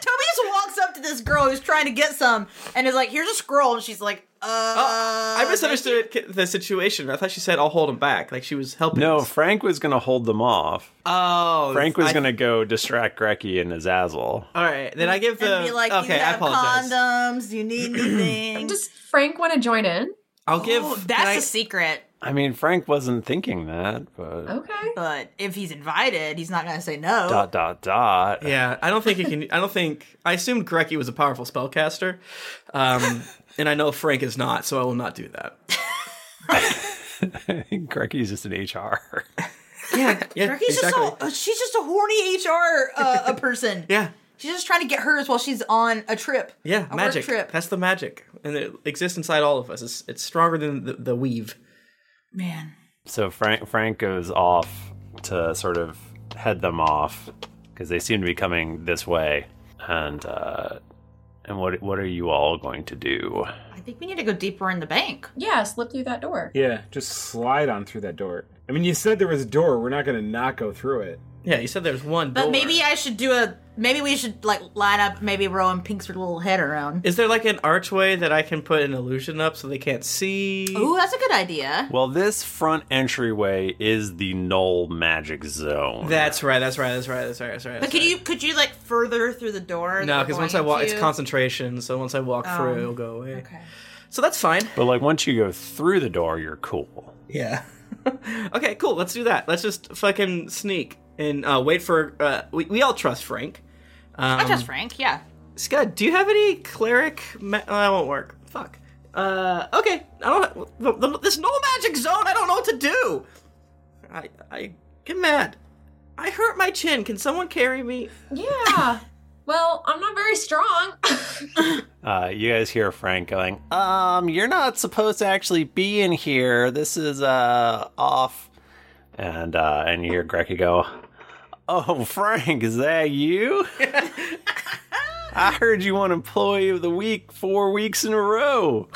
[SPEAKER 2] Toby just walks up to this girl who's trying to get some and is like, here's a scroll. And she's like, Uh,
[SPEAKER 5] oh, I misunderstood ki- the situation. I thought she said, "I'll hold him back," like she was helping.
[SPEAKER 1] No, Frank was going to hold them off.
[SPEAKER 5] Oh,
[SPEAKER 1] Frank was
[SPEAKER 5] I-
[SPEAKER 1] going to go distract Grecky and Azazel.
[SPEAKER 5] All right, then I give the
[SPEAKER 2] Be like,
[SPEAKER 5] okay.
[SPEAKER 2] you
[SPEAKER 5] I
[SPEAKER 2] have
[SPEAKER 5] apologize.
[SPEAKER 2] condoms. You [CLEARS THROAT] need anything.
[SPEAKER 3] Does Frank want to join in?
[SPEAKER 5] I'll give.
[SPEAKER 1] Oh,
[SPEAKER 2] that's a secret.
[SPEAKER 1] I mean, Frank wasn't thinking that, but
[SPEAKER 3] Okay.
[SPEAKER 2] But if he's invited, he's not going to say no.
[SPEAKER 1] dot dot dot.
[SPEAKER 5] Oh. Yeah, I don't think you can. I don't think I assumed Grecky was a powerful spellcaster,
[SPEAKER 1] [LAUGHS]
[SPEAKER 5] um, and I know Frank is not, so I will not do that.
[SPEAKER 1] Grecky's just an HR.
[SPEAKER 5] Yeah, yeah,
[SPEAKER 2] Or he's just a, uh, she's just a horny HR uh, a person.
[SPEAKER 5] yeah.
[SPEAKER 2] She's just trying to get hers while she's on a trip.
[SPEAKER 5] Yeah,
[SPEAKER 2] a
[SPEAKER 5] magic.
[SPEAKER 2] Work trip.
[SPEAKER 5] That's the magic, and it exists inside all of us. It's, it's stronger than the, the weave.
[SPEAKER 2] Man.
[SPEAKER 1] So Frank Frank goes off to sort of head them off because they seem to be coming this way. And uh, and what what are you all going to do?
[SPEAKER 2] I think we need to go deeper in the bank.
[SPEAKER 3] Yeah, slip through that door.
[SPEAKER 4] Yeah, just slide on through that door. I mean, you said there was a door. We're not going to not go through it.
[SPEAKER 5] Yeah, you said there's one
[SPEAKER 2] But maybe I should do a. Maybe we should like line up. Maybe Rowan Pink's little head around.
[SPEAKER 5] Is there like an archway that I can put an illusion up so they can't see?
[SPEAKER 2] Ooh, that's a good idea.
[SPEAKER 1] Well, this front entryway is the null magic zone.
[SPEAKER 5] That's right. That's right. That's right. That's right. That's right.
[SPEAKER 2] But could you could you like further through the door?
[SPEAKER 5] no,
[SPEAKER 2] that
[SPEAKER 5] because
[SPEAKER 2] we're
[SPEAKER 5] once I
[SPEAKER 2] going
[SPEAKER 5] walk, it's
[SPEAKER 2] to?
[SPEAKER 5] concentration. So once I walk
[SPEAKER 2] Um,
[SPEAKER 5] through, it'll go away. Okay. So that's fine.
[SPEAKER 1] But like once you go through the door, you're cool.
[SPEAKER 5] Yeah. okay, cool. Let's do that. Let's just fucking sneak and uh, wait for. Uh, we, we all trust Frank. Um,
[SPEAKER 2] I trust Frank. Yeah.
[SPEAKER 5] Scud, do you have any cleric? Ma- oh, that won't work. Fuck. Uh, okay. I don't. The, the, this no magic zone. I don't know what to do. I I get mad. I hurt my chin. Can someone carry me?
[SPEAKER 2] [LAUGHS]
[SPEAKER 3] Yeah. well, I'm not very strong. [LAUGHS]
[SPEAKER 1] Uh, you guys hear Frank going, um, you're not supposed to actually be in here. This is uh off. And uh, and you hear Grecky go, oh Frank, is that you? [LAUGHS] I heard you won Employee of the Week four weeks in a row,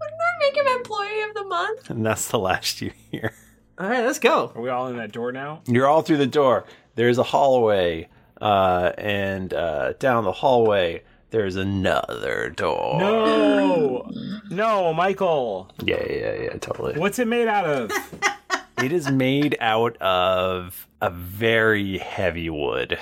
[SPEAKER 3] Wouldn't that make him employee of the month?
[SPEAKER 1] and that's the last you hear.
[SPEAKER 5] All right, let's go.
[SPEAKER 4] Are we all in that door now?
[SPEAKER 1] You're all through the door. There's a hallway, uh, and uh, down the hallway there's another door.
[SPEAKER 4] No, no, Michael.
[SPEAKER 1] Yeah, yeah, yeah, totally.
[SPEAKER 4] What's it made out of?
[SPEAKER 1] [LAUGHS] It is made out of a very heavy wood.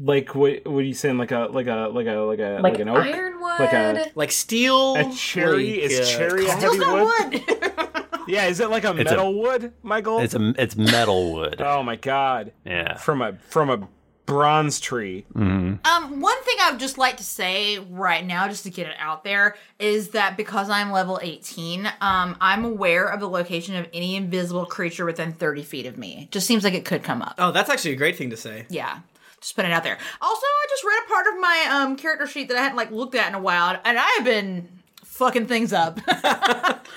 [SPEAKER 4] like what? What are you saying? Like a like a like a like a
[SPEAKER 1] Like
[SPEAKER 4] like, an oak,
[SPEAKER 1] ironwood?
[SPEAKER 4] like a
[SPEAKER 5] like steel,
[SPEAKER 4] a cherry
[SPEAKER 1] like,
[SPEAKER 4] is
[SPEAKER 1] uh,
[SPEAKER 4] cherry a heavy
[SPEAKER 1] Steel's not
[SPEAKER 4] wood. [LAUGHS] yeah, is it like a
[SPEAKER 1] It's a-
[SPEAKER 4] metal wood, Michael?
[SPEAKER 1] It's a it's metal wood.
[SPEAKER 4] oh my god.
[SPEAKER 1] Yeah.
[SPEAKER 4] From a from a bronze tree.
[SPEAKER 1] Mm-hmm.
[SPEAKER 2] Um, one thing I would just like to say right now, just to get it out there, is that because I'm level 18, um, I'm aware of the location of any invisible creature within 30 feet of me. Just seems like it could come up.
[SPEAKER 5] Oh, that's actually a great thing to say.
[SPEAKER 2] Yeah. Just putting it
[SPEAKER 5] [LAUGHS]
[SPEAKER 2] out there. [LAUGHS] Also, I just read a part of my um character sheet that I hadn't like looked at in a while, and I have been fucking things up. [LAUGHS]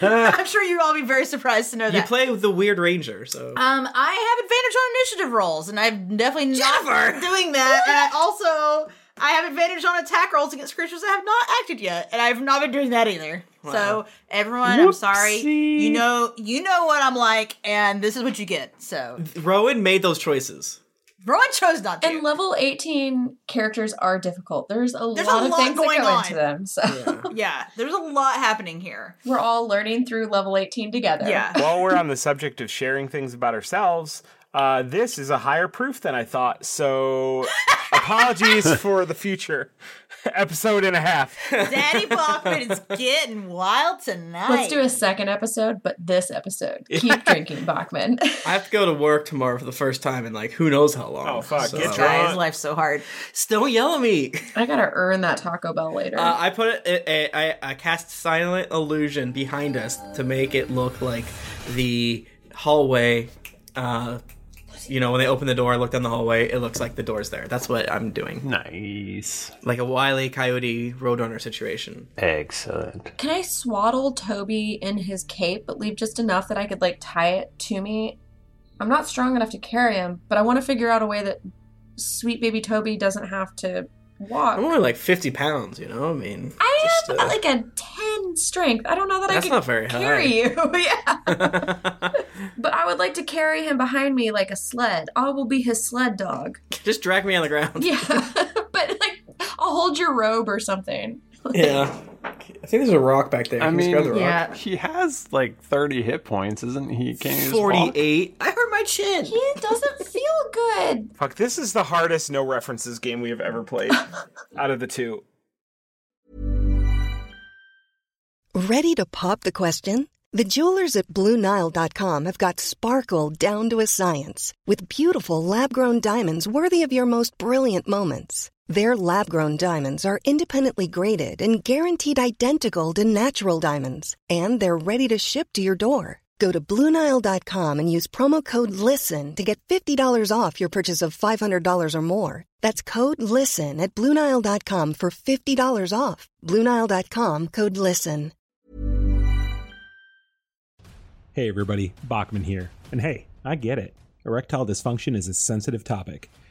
[SPEAKER 2] I'm sure you'd all be very surprised to know
[SPEAKER 5] You
[SPEAKER 2] that.
[SPEAKER 5] play with the weird ranger, so
[SPEAKER 2] Um, I have advantage on initiative rolls, and I'm definitely not doing that. And I also I have advantage on attack rolls against creatures that have not acted yet, and I've not been doing that either.
[SPEAKER 5] Wow.
[SPEAKER 2] So everyone, I'm sorry.
[SPEAKER 5] Whoopsie.
[SPEAKER 2] You know, you know what I'm like, and this is what you get.
[SPEAKER 5] [LAUGHS]
[SPEAKER 2] So
[SPEAKER 5] Rowan made those choices.
[SPEAKER 2] Rowan chose not to.
[SPEAKER 3] And level 18 characters are difficult. There's a
[SPEAKER 2] There's
[SPEAKER 3] lot
[SPEAKER 2] a
[SPEAKER 3] of
[SPEAKER 2] lot
[SPEAKER 3] things
[SPEAKER 2] going
[SPEAKER 3] that go
[SPEAKER 2] on.
[SPEAKER 3] into them. So
[SPEAKER 2] [LAUGHS] yeah, there's a lot happening here.
[SPEAKER 3] we're all learning through level 18 together. [LAUGHS]
[SPEAKER 4] While we're on the subject of sharing things about ourselves, uh, this is a higher proof than I thought. So, apologies for the future [LAUGHS] episode and a half.
[SPEAKER 2] Daddy Bachman is getting wild tonight.
[SPEAKER 3] Let's do a second episode, but this episode. Keep drinking, Bachman.
[SPEAKER 5] I have to go to work tomorrow for the first time in like who knows how long. [LAUGHS] Oh
[SPEAKER 4] fuck,
[SPEAKER 3] get drunk. Guys,
[SPEAKER 2] life's so hard.
[SPEAKER 5] Don't yell at me.
[SPEAKER 3] I gotta earn that Taco Bell later.
[SPEAKER 5] Uh, I put a, a, I I cast silent illusion behind us to make it look like the hallway. Uh, you know, when they open the door, I look down the hallway. It looks like the door's there. That's what I'm doing.
[SPEAKER 1] Nice,
[SPEAKER 5] like a wily coyote roadrunner situation.
[SPEAKER 1] Excellent.
[SPEAKER 3] Can I swaddle Toby in his cape, but leave just enough that I could like tie it to me? I'm not strong enough to carry him, but I want to figure out a way that sweet baby Toby doesn't have to
[SPEAKER 5] I'm
[SPEAKER 3] walk.
[SPEAKER 5] only like 50 pounds. You know, I mean,
[SPEAKER 3] I
[SPEAKER 5] just,
[SPEAKER 3] have
[SPEAKER 5] uh,
[SPEAKER 3] like a 10 strength. I don't know that I
[SPEAKER 5] That's
[SPEAKER 3] can
[SPEAKER 5] not very high.
[SPEAKER 3] carry you. [LAUGHS] yeah. but I would like to carry him behind me like a sled. I will be his sled dog.
[SPEAKER 5] just drag
[SPEAKER 3] [LAUGHS]
[SPEAKER 5] me on the ground.
[SPEAKER 3] Yeah. but like I'll hold your robe or something.
[SPEAKER 5] Yeah. I think there's a rock back there.
[SPEAKER 1] I
[SPEAKER 5] Can we just grab
[SPEAKER 1] mean,
[SPEAKER 5] the rock?
[SPEAKER 1] yeah. he has like 30 hit points, isn't he? Can't he just walk?
[SPEAKER 5] I hurt my chin.
[SPEAKER 3] It doesn't feel good.
[SPEAKER 12] Fuck, this is the hardest no references game we have ever played out of the two.
[SPEAKER 13] Ready to pop the question? The jewelers at BlueNile.com have got sparkle down to a science with beautiful lab grown diamonds worthy of your most brilliant moments. Their lab grown diamonds are independently graded and guaranteed identical to natural diamonds, and they're ready to ship to your door. Go to BlueNile.com and use promo code LISTEN to get $50 off your purchase of $500 or more. That's code LISTEN at BlueNile.com for $50 off. BlueNile.com code LISTEN.
[SPEAKER 4] Hey, everybody, Bachman here. And hey, I get it. Erectile dysfunction is a sensitive topic,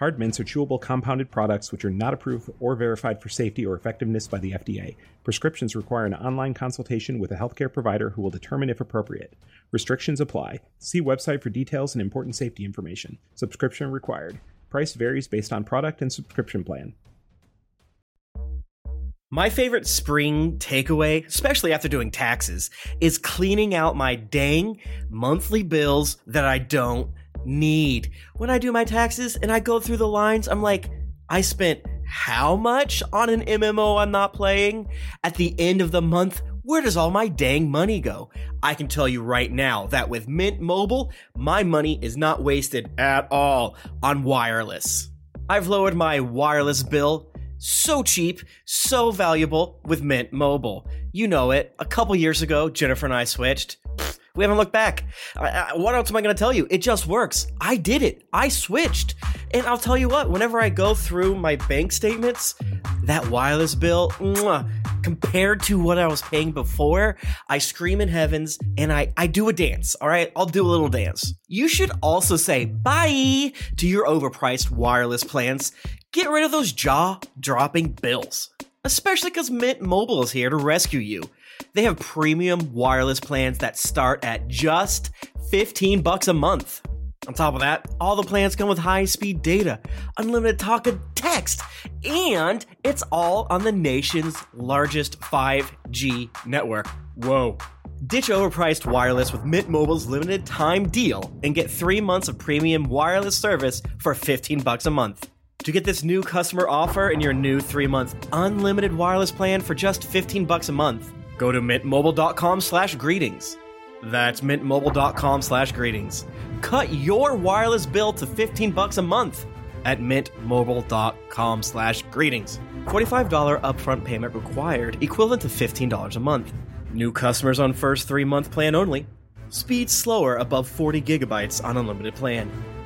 [SPEAKER 4] Hard mints are chewable compounded products which are not approved or verified for safety or effectiveness by the FDA. Prescriptions require an online consultation with a healthcare provider who will determine if appropriate. Restrictions apply. See website for details and important safety information. Subscription required. Price varies based on product and subscription plan.
[SPEAKER 14] My favorite spring takeaway, especially after doing taxes, is cleaning out my dang monthly bills that I don't need. When I do my taxes and I go through the lines, I'm like, I spent how much on an MMO I'm not playing? At the end of the month, where does all my dang money go? I can tell you right now that with Mint Mobile, my money is not wasted at all on wireless. I've lowered my wireless bill so cheap, so valuable with Mint Mobile. You know it. A couple years ago, Jennifer and I switched. Pfft, we haven't looked back. I- I- what else am I going to tell you? It just works. I did it. I switched. And I'll tell you what, whenever I go through my bank statements, that wireless bill, mwah, compared to what I was paying before, I scream in heavens and I, I do a dance. All right. I'll do a little dance. You should also say bye to your overpriced wireless plans. Get rid of those jaw dropping bills, especially because Mint Mobile is here to rescue you. They have premium wireless plans that start at just 15 bucks a month. On top of that, all the plans come with high speed data, unlimited talk and text, and it's all on the nation's largest 5G network. Whoa. Ditch overpriced wireless with Mint Mobile's limited time deal and get three months of premium wireless service for 15 bucks a month. To get this new customer offer and your new three-month unlimited wireless plan for just 15 bucks a month, go to mintmobile.com slash greetings. That's mintmobile.com slash greetings. Cut your wireless bill to 15 bucks a month at mintmobile.com slash greetings. $45 upfront payment required, equivalent to $15 a month. New customers on first three-month plan only. Speed slower above 40 gigabytes on unlimited plan.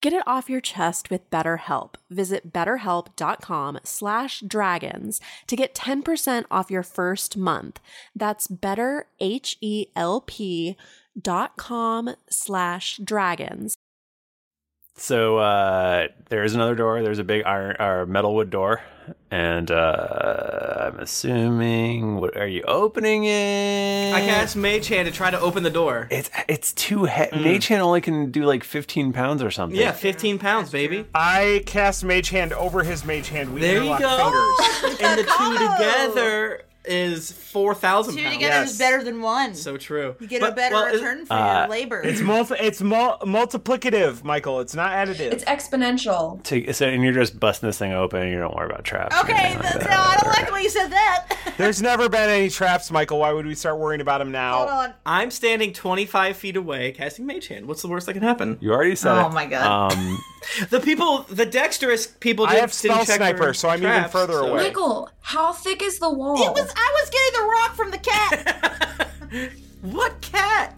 [SPEAKER 15] Get it off your chest with BetterHelp. Visit betterhelp.com slash dragons to get 10% off your first month. That's E betterhelp.com slash dragons.
[SPEAKER 1] So uh, there's another door. There's a big iron or metal wood door, and uh, I'm assuming what are you oh, opening it?
[SPEAKER 5] I cast Mage Hand to try to open the door.
[SPEAKER 1] It's it's too heavy. Mage hand only can do like 15 pounds or something.
[SPEAKER 5] Yeah, 15 pounds, baby.
[SPEAKER 4] I cast Mage Hand over his Mage Hand. We
[SPEAKER 5] There you
[SPEAKER 4] interlock
[SPEAKER 5] go.
[SPEAKER 4] fingers.
[SPEAKER 5] [LAUGHS] and the two together is 4,000
[SPEAKER 2] Two
[SPEAKER 5] pounds.
[SPEAKER 2] together is better than one.
[SPEAKER 5] So true.
[SPEAKER 2] You get a better return for
[SPEAKER 1] Uh,
[SPEAKER 2] your labor.
[SPEAKER 4] It's multi. It's mul- multiplicative, Michael. It's not additive.
[SPEAKER 3] It's exponential.
[SPEAKER 1] To, so and you're just busting this thing open. and You don't worry about traps. or
[SPEAKER 2] Okay,
[SPEAKER 1] anything like
[SPEAKER 2] that's,
[SPEAKER 1] that.
[SPEAKER 2] no, I don't like the way you said that.
[SPEAKER 4] [LAUGHS] There's never been any traps, Michael. Why would we start worrying about them now?
[SPEAKER 2] Hold on.
[SPEAKER 5] Oh, I'm standing 25 feet away casting Mage Hand. What's the worst that can happen?
[SPEAKER 1] You already said
[SPEAKER 5] Oh
[SPEAKER 1] it.
[SPEAKER 5] my God.
[SPEAKER 1] Um,
[SPEAKER 5] [LAUGHS] The people, the dexterous people,
[SPEAKER 4] I
[SPEAKER 5] did,
[SPEAKER 4] have
[SPEAKER 5] didn't
[SPEAKER 4] Spell
[SPEAKER 5] check their
[SPEAKER 4] Sniper, so I'm even
[SPEAKER 5] traps,
[SPEAKER 4] further
[SPEAKER 5] so-
[SPEAKER 4] away.
[SPEAKER 3] Michael, how thick is the wall? It was.
[SPEAKER 2] I was getting the rock from the cat.
[SPEAKER 1] [LAUGHS]
[SPEAKER 5] what cat?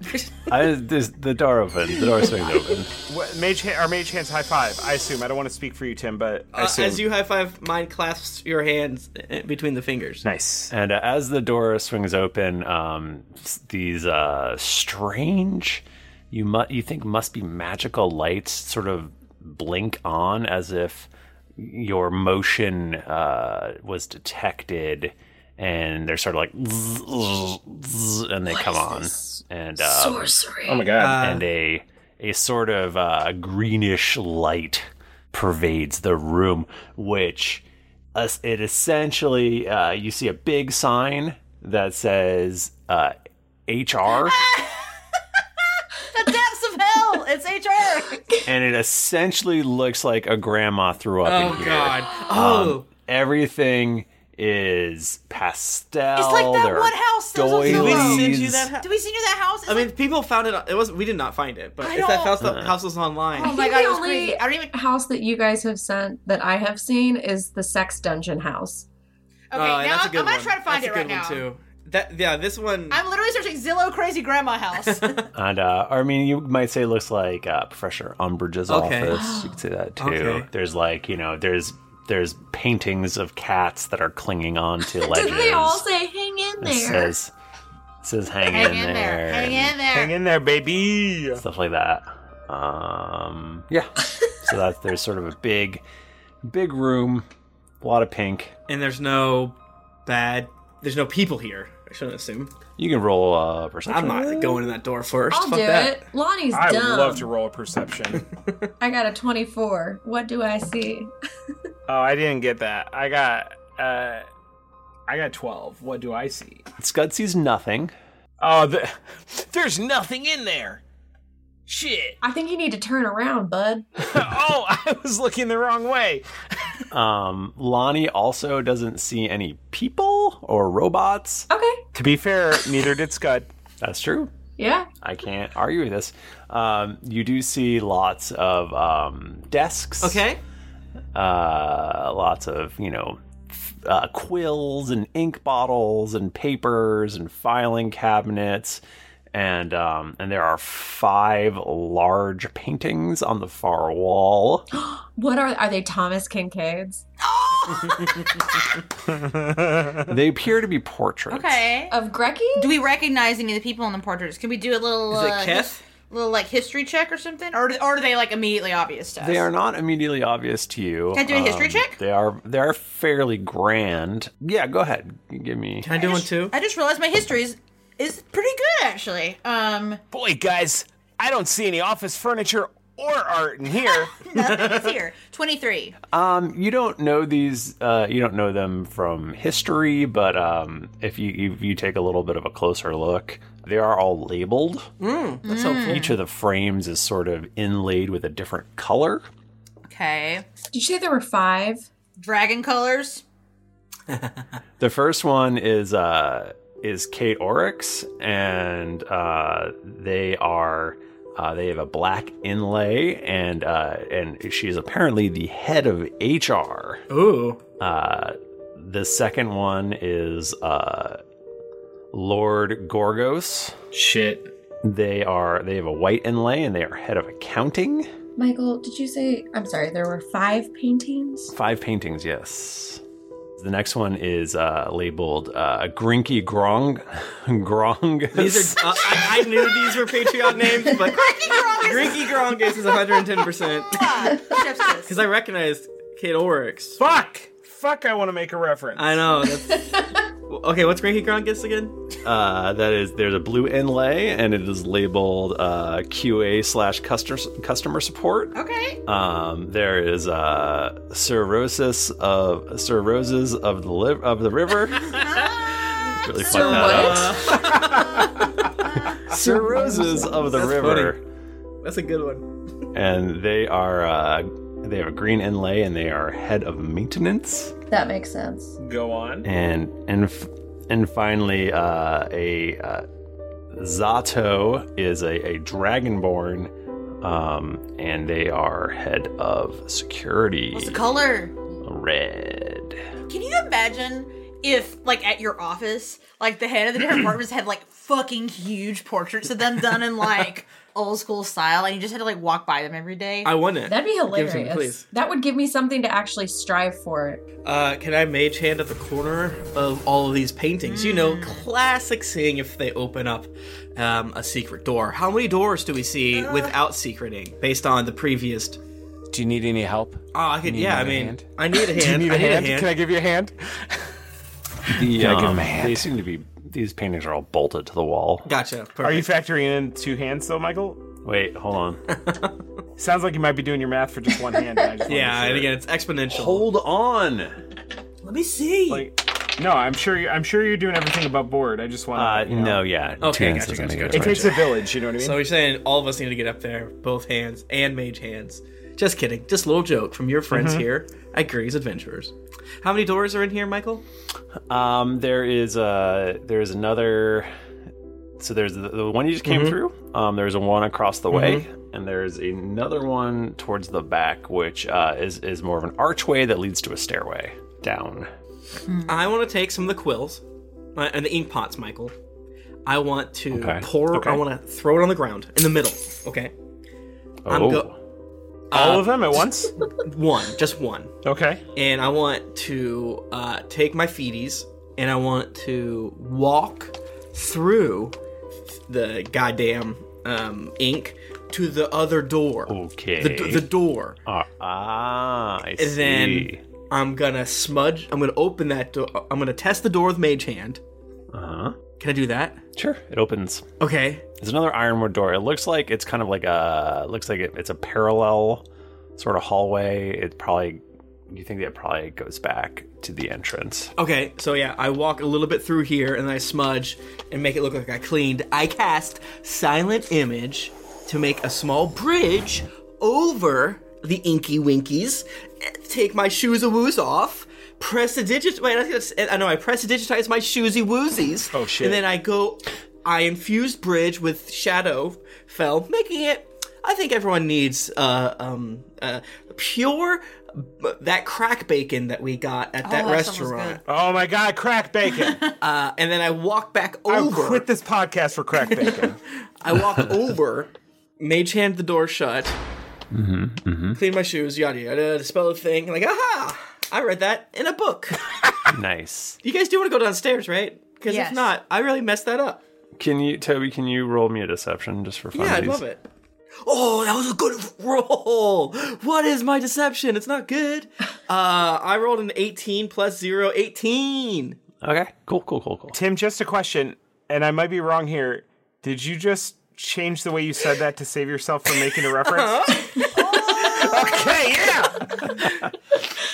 [SPEAKER 1] I, this, the door opens. The door
[SPEAKER 4] [LAUGHS]
[SPEAKER 1] swings open.
[SPEAKER 4] What, mage hand, our mage hands high five. I assume. I don't want to speak for you, Tim, but I
[SPEAKER 5] Uh,
[SPEAKER 4] assume.
[SPEAKER 5] as you high five, mine clasps your hands eh, between the fingers.
[SPEAKER 4] Nice.
[SPEAKER 1] And uh, as the door swings open, um, s- these uh, strange, you mu- you think must be magical lights, sort of blink on as if your motion uh, was detected, and they're sort of like, zzz, zzz, zzz, and they come on, and um,
[SPEAKER 4] Sorcery. Oh my God.
[SPEAKER 1] and a a sort of uh, greenish light pervades the room, which es- it essentially uh, you see a big sign that says uh,
[SPEAKER 2] [LAUGHS]
[SPEAKER 1] HR,
[SPEAKER 2] the depths of hell. It's HR.
[SPEAKER 1] and it essentially looks like a grandma threw up
[SPEAKER 5] Oh,
[SPEAKER 1] in here.
[SPEAKER 5] God.
[SPEAKER 1] Um,
[SPEAKER 5] Oh.
[SPEAKER 1] everything is pastel.
[SPEAKER 2] It's like that
[SPEAKER 1] there are
[SPEAKER 2] one house that was on
[SPEAKER 5] Did we
[SPEAKER 1] doilies.
[SPEAKER 5] send you that house?
[SPEAKER 2] Did we send you that house?
[SPEAKER 5] I mean, people found it. on- It was. We did not find it, but
[SPEAKER 2] I
[SPEAKER 5] if that
[SPEAKER 2] don't-
[SPEAKER 5] house, that house was online. [LAUGHS]
[SPEAKER 2] Oh my God,
[SPEAKER 3] the
[SPEAKER 2] it was
[SPEAKER 3] only
[SPEAKER 2] crazy. I don't even...
[SPEAKER 3] house that you guys have sent that I have seen is the sex dungeon house.
[SPEAKER 5] Oh,
[SPEAKER 2] Okay, now I'm- I'm gonna try to find
[SPEAKER 5] that's
[SPEAKER 2] it
[SPEAKER 5] a good one,
[SPEAKER 2] right now.
[SPEAKER 5] Too. That yeah, this one.
[SPEAKER 2] I'm literally searching Zillow Crazy Grandma
[SPEAKER 1] [LAUGHS]
[SPEAKER 2] House.
[SPEAKER 1] And uh, I mean, you might say it looks like uh, Professor Umbridge's
[SPEAKER 5] Okay.
[SPEAKER 1] office. You could say that too.
[SPEAKER 5] Okay.
[SPEAKER 1] There's like you know, there's there's paintings of cats that are clinging on
[SPEAKER 3] [LAUGHS]
[SPEAKER 1] to ledges.
[SPEAKER 3] Did they all say hang in
[SPEAKER 1] It
[SPEAKER 3] there?
[SPEAKER 1] says it says hang,
[SPEAKER 3] Hang
[SPEAKER 1] in, there.
[SPEAKER 3] in there. Hang in there. Hang
[SPEAKER 1] in
[SPEAKER 4] there, baby.
[SPEAKER 1] Stuff like that. Um, yeah. [LAUGHS] so that's there's sort of a big, big room, a lot of pink.
[SPEAKER 5] And there's no bad. There's no people here. I shouldn't assume.
[SPEAKER 1] You can roll uh, perception.
[SPEAKER 5] I'm not going in that door 1st
[SPEAKER 3] I'll
[SPEAKER 5] Fuck
[SPEAKER 3] do
[SPEAKER 5] that.
[SPEAKER 3] it. Lonnie's
[SPEAKER 5] I would
[SPEAKER 3] dumb.
[SPEAKER 4] love to roll a perception.
[SPEAKER 3] I got a 24. What do I see?
[SPEAKER 4] oh, I didn't get that. I got. Uh, I got twelve. What do I see?
[SPEAKER 1] Scud sees nothing.
[SPEAKER 4] Oh, the, there's nothing in there. Shit.
[SPEAKER 3] I think you need to turn around, bud.
[SPEAKER 4] [LAUGHS] oh, I was looking the wrong way.
[SPEAKER 1] Um, Lonnie also doesn't see any people or robots.
[SPEAKER 3] Okay.
[SPEAKER 4] To be fair, neither did Scud.
[SPEAKER 1] That's true.
[SPEAKER 3] Yeah.
[SPEAKER 1] I can't argue with this. Um, you do see lots of um, desks. Okay. Uh, lots of, you know, f- uh, quills and ink bottles and papers and filing cabinets. And um, and there are five large paintings on the far wall.
[SPEAKER 3] What are are they Thomas
[SPEAKER 4] [LAUGHS]
[SPEAKER 3] Kincaid's?
[SPEAKER 1] [LAUGHS] they appear to be portraits.
[SPEAKER 2] okay.
[SPEAKER 3] Of Grecky?
[SPEAKER 2] Do we recognize any of the people in the portraits? Can we do a little
[SPEAKER 1] Is it
[SPEAKER 2] uh,
[SPEAKER 1] Keth?
[SPEAKER 2] his- little like history check or something? Or or are they like immediately obvious to us?
[SPEAKER 1] They are not immediately obvious to you. Um,
[SPEAKER 2] Can I do a history check?
[SPEAKER 1] They are they are fairly grand. Yeah, go ahead. Give me. Can
[SPEAKER 5] I do one too?
[SPEAKER 2] I just realized my history is is pretty good actually. Um
[SPEAKER 4] Boy, guys, I don't see any office furniture or art in
[SPEAKER 2] [LAUGHS]
[SPEAKER 4] here.
[SPEAKER 2] nothing is here. Twenty three.
[SPEAKER 1] Um, you don't know these. Uh, you don't know them from history, but um, if you if you take a little bit of a closer look, they are all labeled.
[SPEAKER 2] Hmm,
[SPEAKER 5] Mm, that's helpful.
[SPEAKER 1] Each of the frames is sort of inlaid with a different color.
[SPEAKER 2] Okay.
[SPEAKER 3] Did you say there were five?
[SPEAKER 2] Dragon colors.
[SPEAKER 1] The first one is uh, is Kate Oryx, and uh, they are uh, they have a black inlay, and uh, and she's apparently the head of HR.
[SPEAKER 5] Ooh.
[SPEAKER 1] Uh, the second one is uh, Lord Gorgos.
[SPEAKER 5] Shit.
[SPEAKER 1] They are they have a white inlay, and they are head of accounting.
[SPEAKER 3] Michael, did you say? I'm sorry, there were five paintings?
[SPEAKER 1] Five paintings, yes. The next one is uh, labeled uh, Grinky Grong. [LAUGHS] Grong.
[SPEAKER 5] These are. Uh, I, I knew these were Patreon names,
[SPEAKER 2] [LAUGHS]
[SPEAKER 5] but Grinky Grongus is 110 percent because I recognized Kid Oryx.
[SPEAKER 4] Fuck! Fuck! I want to make a reference.
[SPEAKER 5] I know. That's... okay, what's Grinky Grongus again?
[SPEAKER 1] Uh, that is, there's a blue inlay, and it is labeled uh, QA slash customer customer support.
[SPEAKER 2] Okay.
[SPEAKER 1] Um, there is uh, cirrhosis of cirrhoses of the liv- of the river.
[SPEAKER 4] [LAUGHS]
[SPEAKER 1] really fucked
[SPEAKER 5] Sir
[SPEAKER 1] that up. [LAUGHS] cirrhoses of the
[SPEAKER 5] That's
[SPEAKER 1] river,
[SPEAKER 5] funny. That's a good one.
[SPEAKER 1] and they are uh, they have a green inlay, and they are head of maintenance.
[SPEAKER 3] That makes sense.
[SPEAKER 4] Go on.
[SPEAKER 1] and and f- and finally uh, a uh, Zato is a, a dragonborn, um, and they are head of security.
[SPEAKER 2] What's the color?
[SPEAKER 1] Red.
[SPEAKER 2] Can you imagine if, like, at your office, like the head of the different departments had like fucking huge portraits of them done in like old school style, and you just had to like walk by them every day?
[SPEAKER 5] I want it.
[SPEAKER 3] That'd be
[SPEAKER 5] Give some,
[SPEAKER 3] hilarious.
[SPEAKER 5] please.
[SPEAKER 3] That would give me something to actually strive
[SPEAKER 4] [GASPS]
[SPEAKER 3] for.
[SPEAKER 5] Uh, can I mage hand at the corner of all of these paintings? You
[SPEAKER 4] Hmm.
[SPEAKER 5] know, classic seeing if they open up um, a secret door. How many doors do we see
[SPEAKER 4] Uh.
[SPEAKER 5] without secreting, based on the previous? Do
[SPEAKER 16] you need any help?
[SPEAKER 5] Oh, I could,
[SPEAKER 16] You need
[SPEAKER 5] yeah. I
[SPEAKER 16] another
[SPEAKER 5] mean,
[SPEAKER 16] hand?
[SPEAKER 5] I need
[SPEAKER 16] [LAUGHS]
[SPEAKER 5] a
[SPEAKER 16] Do you
[SPEAKER 5] hand.
[SPEAKER 16] need a
[SPEAKER 5] I need
[SPEAKER 16] hand?
[SPEAKER 5] a hand.
[SPEAKER 16] Can I
[SPEAKER 5] give you a hand?
[SPEAKER 1] [LAUGHS] The,
[SPEAKER 16] Can I give
[SPEAKER 1] um,
[SPEAKER 16] him a hand?
[SPEAKER 1] They seem to be these paintings are all bolted to the wall.
[SPEAKER 5] Gotcha.
[SPEAKER 4] Are you factoring in two hands though, Michael?
[SPEAKER 1] Wait, hold on.
[SPEAKER 4] Sounds like you might be doing your math for just one hand. and I just wanted to
[SPEAKER 5] Yeah,
[SPEAKER 4] share
[SPEAKER 5] and
[SPEAKER 4] it.
[SPEAKER 5] again, it's exponential.
[SPEAKER 1] Hold on. Uh,
[SPEAKER 5] Let me see.
[SPEAKER 4] Like, no, I'm sure. You, I'm sure you're doing everything above board. I just want.
[SPEAKER 1] Uh,
[SPEAKER 4] you know.
[SPEAKER 1] no, yeah. two
[SPEAKER 5] Okay,
[SPEAKER 1] hands
[SPEAKER 5] gotcha,
[SPEAKER 1] doesn't
[SPEAKER 5] gotcha,
[SPEAKER 1] make a
[SPEAKER 5] gotcha.
[SPEAKER 4] It takes a
[SPEAKER 1] difference.
[SPEAKER 4] village. You know what I mean?
[SPEAKER 5] So you're saying all of us need to get up there, both hands and mage hands. Just kidding. Just a little joke from your friends
[SPEAKER 1] Mhm.
[SPEAKER 4] Mm-hmm.
[SPEAKER 5] here at Gray's Adventurers. How many doors are in here, Michael?
[SPEAKER 1] Um, there is uh there is another. So there's the, the one you just came
[SPEAKER 5] Mhm.
[SPEAKER 1] through. Um, there's a one across the way,
[SPEAKER 5] Mm-hmm.
[SPEAKER 1] and there's another one towards the back, which uh, is is more of an archway that leads to a stairway down.
[SPEAKER 5] I want to take some of the quills uh, and the ink pots, Michael. I want to
[SPEAKER 1] Okay.
[SPEAKER 5] pour.
[SPEAKER 1] Okay.
[SPEAKER 5] I want to throw it on the ground in the middle. Okay.
[SPEAKER 1] Oh.
[SPEAKER 4] All of them at once?
[SPEAKER 5] Uh, One, just one.
[SPEAKER 4] Okay.
[SPEAKER 5] And I want to uh, take my feeties and I want to walk through the goddamn um, ink to the other door.
[SPEAKER 1] Okay.
[SPEAKER 5] The, the door.
[SPEAKER 1] Ah, ah I
[SPEAKER 5] and
[SPEAKER 1] see.
[SPEAKER 5] then I'm gonna smudge. I'm gonna open that door. I'm gonna test the door with mage hand.
[SPEAKER 1] Uh huh.
[SPEAKER 5] Can I do that?
[SPEAKER 1] Sure. It opens.
[SPEAKER 5] Okay.
[SPEAKER 1] There's another ironwood door. It looks like it's kind of like a looks like it, it's a parallel sort of hallway. It probably you think that probably goes back to the entrance.
[SPEAKER 5] Okay, so yeah, I walk a little bit through here and then I smudge and make it look like I cleaned. I cast Silent Image to make a small bridge over the Inky Winkies. Take my shoes a woos off. Press the digit. Wait, I think that's- I know. I press the digitize my shoesy woozies. Oh
[SPEAKER 4] shit.
[SPEAKER 5] And then I go. I infuse bridge with shadow fell, making it. I think everyone needs uh, um, uh, pure b- that crack bacon that we got at
[SPEAKER 4] Oh,
[SPEAKER 5] that
[SPEAKER 4] that sounds good.
[SPEAKER 5] restaurant.
[SPEAKER 4] Oh my god, crack [LAUGHS] bacon!
[SPEAKER 5] uh, and then I walk back over.
[SPEAKER 4] I quit this podcast for crack bacon.
[SPEAKER 5] [LAUGHS] I walk over, mage hand the door shut,
[SPEAKER 16] Mm-hmm. Mm-hmm.
[SPEAKER 5] clean my shoes, yada yada, dispel the thing. like, aha! I read that in a book.
[SPEAKER 1] nice.
[SPEAKER 5] you guys do want to go downstairs, right? Because
[SPEAKER 2] Yes.
[SPEAKER 5] if not, I really messed that up.
[SPEAKER 1] Can you, Toby? Can you roll me a deception just for fun?
[SPEAKER 5] Yeah, I
[SPEAKER 1] please?
[SPEAKER 5] love it. Oh, that was a good [LAUGHS] roll. What is my deception? It's not good. Uh, I rolled an 18 plus 0, 18.
[SPEAKER 1] Okay, cool, cool, cool, cool.
[SPEAKER 4] Tim, just a question, and I might be wrong here. Did you just change the way you said that to save yourself from making a reference?
[SPEAKER 5] [LAUGHS]
[SPEAKER 4] okay, yeah.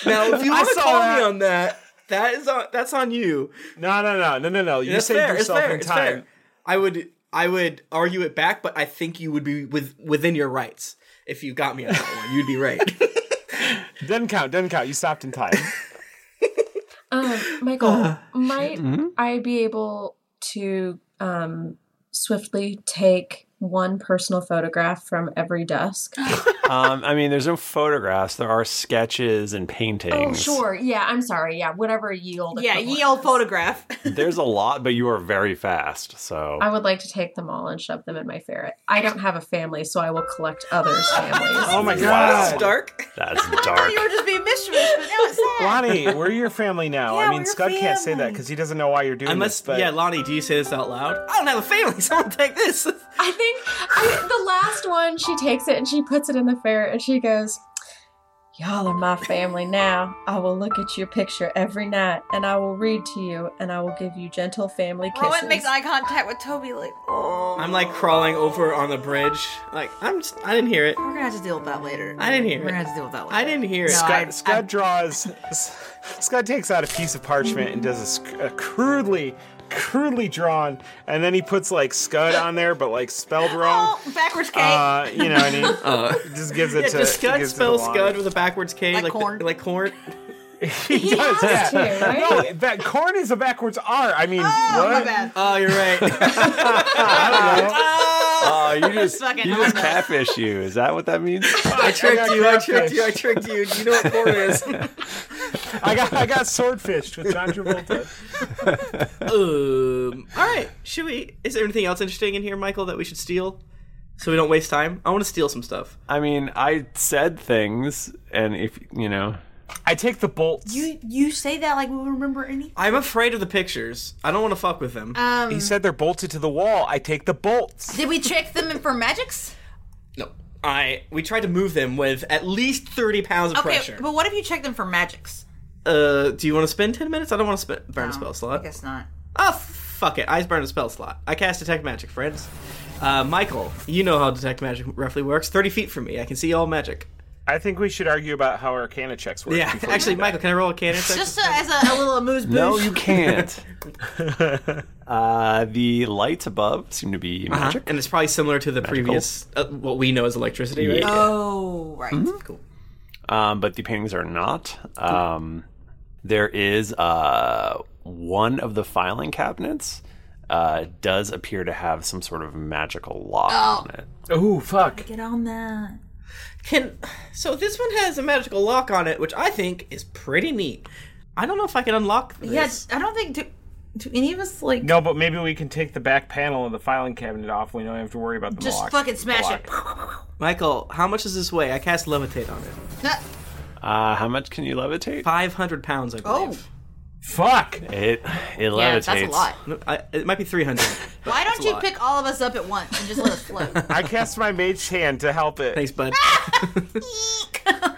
[SPEAKER 5] Now, if you
[SPEAKER 4] I
[SPEAKER 5] want to
[SPEAKER 4] saw
[SPEAKER 5] call
[SPEAKER 4] that.
[SPEAKER 5] me on that, that is on, that's on you.
[SPEAKER 4] No, no, no, no, no, no. You
[SPEAKER 5] That's
[SPEAKER 4] saved
[SPEAKER 5] fair, it's
[SPEAKER 4] yourself
[SPEAKER 5] fair,
[SPEAKER 4] in
[SPEAKER 5] it's
[SPEAKER 4] time.
[SPEAKER 5] fair. I would I would argue it back, but I think you would be with within your rights if you got me on that one. You'd be right.
[SPEAKER 4] [LAUGHS] doesn't count. Doesn't count. You stopped in time.
[SPEAKER 3] Um, Michael, might
[SPEAKER 4] Mhm.
[SPEAKER 3] I be able to um, swiftly take one personal photograph from every
[SPEAKER 1] [LAUGHS]
[SPEAKER 3] desk?
[SPEAKER 1] um, I mean, there's no photographs. There are sketches and paintings.
[SPEAKER 3] Oh, sure. Yeah, I'm sorry. Yeah, whatever ye olde.
[SPEAKER 2] Yeah, ye olde photograph.
[SPEAKER 1] [LAUGHS] there's a lot, but you are very fast. So
[SPEAKER 3] I would like to take them all and shove them in my ferret. I don't have a family, so I will collect others' families.
[SPEAKER 4] Oh my god,
[SPEAKER 2] dark.
[SPEAKER 5] [LAUGHS]
[SPEAKER 1] That's
[SPEAKER 2] dark. you were just being mischievous, but now it's sad.
[SPEAKER 4] Lonnie,
[SPEAKER 2] [LAUGHS]
[SPEAKER 4] we're your family now. I mean, Scud can't say that because he doesn't know why you're doing
[SPEAKER 5] I must.
[SPEAKER 4] this. But
[SPEAKER 5] Yeah, Lonnie, do you say this out loud? I don't have a family, so I'll take this.
[SPEAKER 3] I think I, the last one, she takes it and she puts it in the ferret and she goes, Y'all are my family now. I will look at your picture every night and I will read to you and I will give you gentle family kisses.
[SPEAKER 2] Rowan makes eye contact with Toby, like, oh.
[SPEAKER 5] I'm like crawling over on the bridge. Like I'm. Just, I didn't hear it.
[SPEAKER 2] We're gonna have to deal with that later.
[SPEAKER 5] I didn't hear
[SPEAKER 2] We're
[SPEAKER 5] it.
[SPEAKER 2] gonna have to deal with that later.
[SPEAKER 5] I didn't hear it.
[SPEAKER 4] Scud, Scud draws. S- Scud takes out a piece of parchment and does a sc- a, crudely, crudely drawn, and then he puts like Scud on there, but like spelled wrong. [LAUGHS]
[SPEAKER 2] Backwards K.
[SPEAKER 4] Uh, you know, and he
[SPEAKER 5] [LAUGHS] Uh.
[SPEAKER 4] just gives it
[SPEAKER 5] Oh, yeah,
[SPEAKER 4] to.
[SPEAKER 5] does Scud
[SPEAKER 4] gives it to
[SPEAKER 5] spell
[SPEAKER 4] Lonnie.
[SPEAKER 5] Scud with a backwards K, like like corn. like corn.
[SPEAKER 4] [LAUGHS] he,
[SPEAKER 2] [LAUGHS]
[SPEAKER 4] does.
[SPEAKER 5] has
[SPEAKER 4] yeah.
[SPEAKER 5] to, right?
[SPEAKER 4] No, that corn is a backwards R. I mean, what?
[SPEAKER 5] Oh, youure right.
[SPEAKER 1] [LAUGHS]
[SPEAKER 4] [LAUGHS]
[SPEAKER 1] Oh, you just
[SPEAKER 5] Fucking
[SPEAKER 1] you
[SPEAKER 5] on
[SPEAKER 1] just
[SPEAKER 5] the-
[SPEAKER 1] catfish you. Is that what that means?
[SPEAKER 5] [LAUGHS] I tricked you. I tricked you. I tricked you. [LAUGHS] Do you know what corn
[SPEAKER 2] [LAUGHS]
[SPEAKER 5] is?
[SPEAKER 4] I got I got swordfished with John Travolta.
[SPEAKER 5] [LAUGHS] um. All right. Should we? Is there anything else interesting in here, Michael, that we should steal, so we don't waste time? I want to steal some stuff.
[SPEAKER 1] I mean, I said things, and if you know,
[SPEAKER 4] I take the bolts.
[SPEAKER 2] You you say that like we remember anything.
[SPEAKER 5] I'm afraid of the pictures. I don't want to fuck with them.
[SPEAKER 2] Um,
[SPEAKER 4] he said they're bolted to the wall. I take the bolts.
[SPEAKER 2] Did we check them in for magics?
[SPEAKER 5] No. I we tried to move them with at least thirty pounds of
[SPEAKER 2] Okay,
[SPEAKER 5] pressure.
[SPEAKER 2] but what if you check them for magics?
[SPEAKER 5] Uh, do you want to spend ten minutes? I don't want to spend, burn a spell slot.
[SPEAKER 2] Guess not.
[SPEAKER 5] Oh, f- fuck it. I burned a spell slot. I cast detect magic, friends. Uh, Michael, you know how detect magic roughly works. Thirty feet from me, I can see all magic.
[SPEAKER 4] I think we should argue about how Arcana checks work.
[SPEAKER 5] Yeah,
[SPEAKER 4] before we
[SPEAKER 5] actually,
[SPEAKER 4] do that.
[SPEAKER 5] Michael, can I roll a cannon check?
[SPEAKER 2] Just to, as a, a little amuse
[SPEAKER 1] [LAUGHS]
[SPEAKER 2] bouche.
[SPEAKER 1] no, you can't. uh, the lights above seem to be
[SPEAKER 5] Uh-huh.
[SPEAKER 1] magic.
[SPEAKER 5] And it's probably similar to the previous uh, what we know as electricity, right?
[SPEAKER 1] Yeah. Mm-hmm.
[SPEAKER 2] Oh, right.
[SPEAKER 5] Cool.
[SPEAKER 1] Um, but the paintings are not. Um, there is uh, one of the filing cabinets uh, does appear to have some sort of magical lock on it.
[SPEAKER 4] Oh fuck!
[SPEAKER 2] [LAUGHS] Get on that.
[SPEAKER 5] Can so this one has a magical lock on it, which I think is pretty neat. I don't know if I can unlock this.
[SPEAKER 2] Yeah, I don't think do, do any of us like
[SPEAKER 4] No, but maybe we can take the back panel of the filing cabinet off. We don't have to worry about the
[SPEAKER 2] just
[SPEAKER 4] lock.
[SPEAKER 2] fucking smash it.
[SPEAKER 5] Michael, how much does this weigh? I cast levitate on it.
[SPEAKER 1] Uh, how much can you levitate?
[SPEAKER 5] Five hundred pounds, I
[SPEAKER 2] Oh,
[SPEAKER 5] believe.
[SPEAKER 4] Oh. Fuck!
[SPEAKER 1] It it
[SPEAKER 2] Yeah,
[SPEAKER 1] levitates.
[SPEAKER 2] that's a lot.
[SPEAKER 5] No, I, it might be three
[SPEAKER 1] [LAUGHS]
[SPEAKER 5] hundred.
[SPEAKER 2] Why don't you pick all of us up at once and just let
[SPEAKER 4] [LAUGHS]
[SPEAKER 2] us float?
[SPEAKER 4] I cast my mage's hand to help it.
[SPEAKER 5] Thanks, [LAUGHS] bud.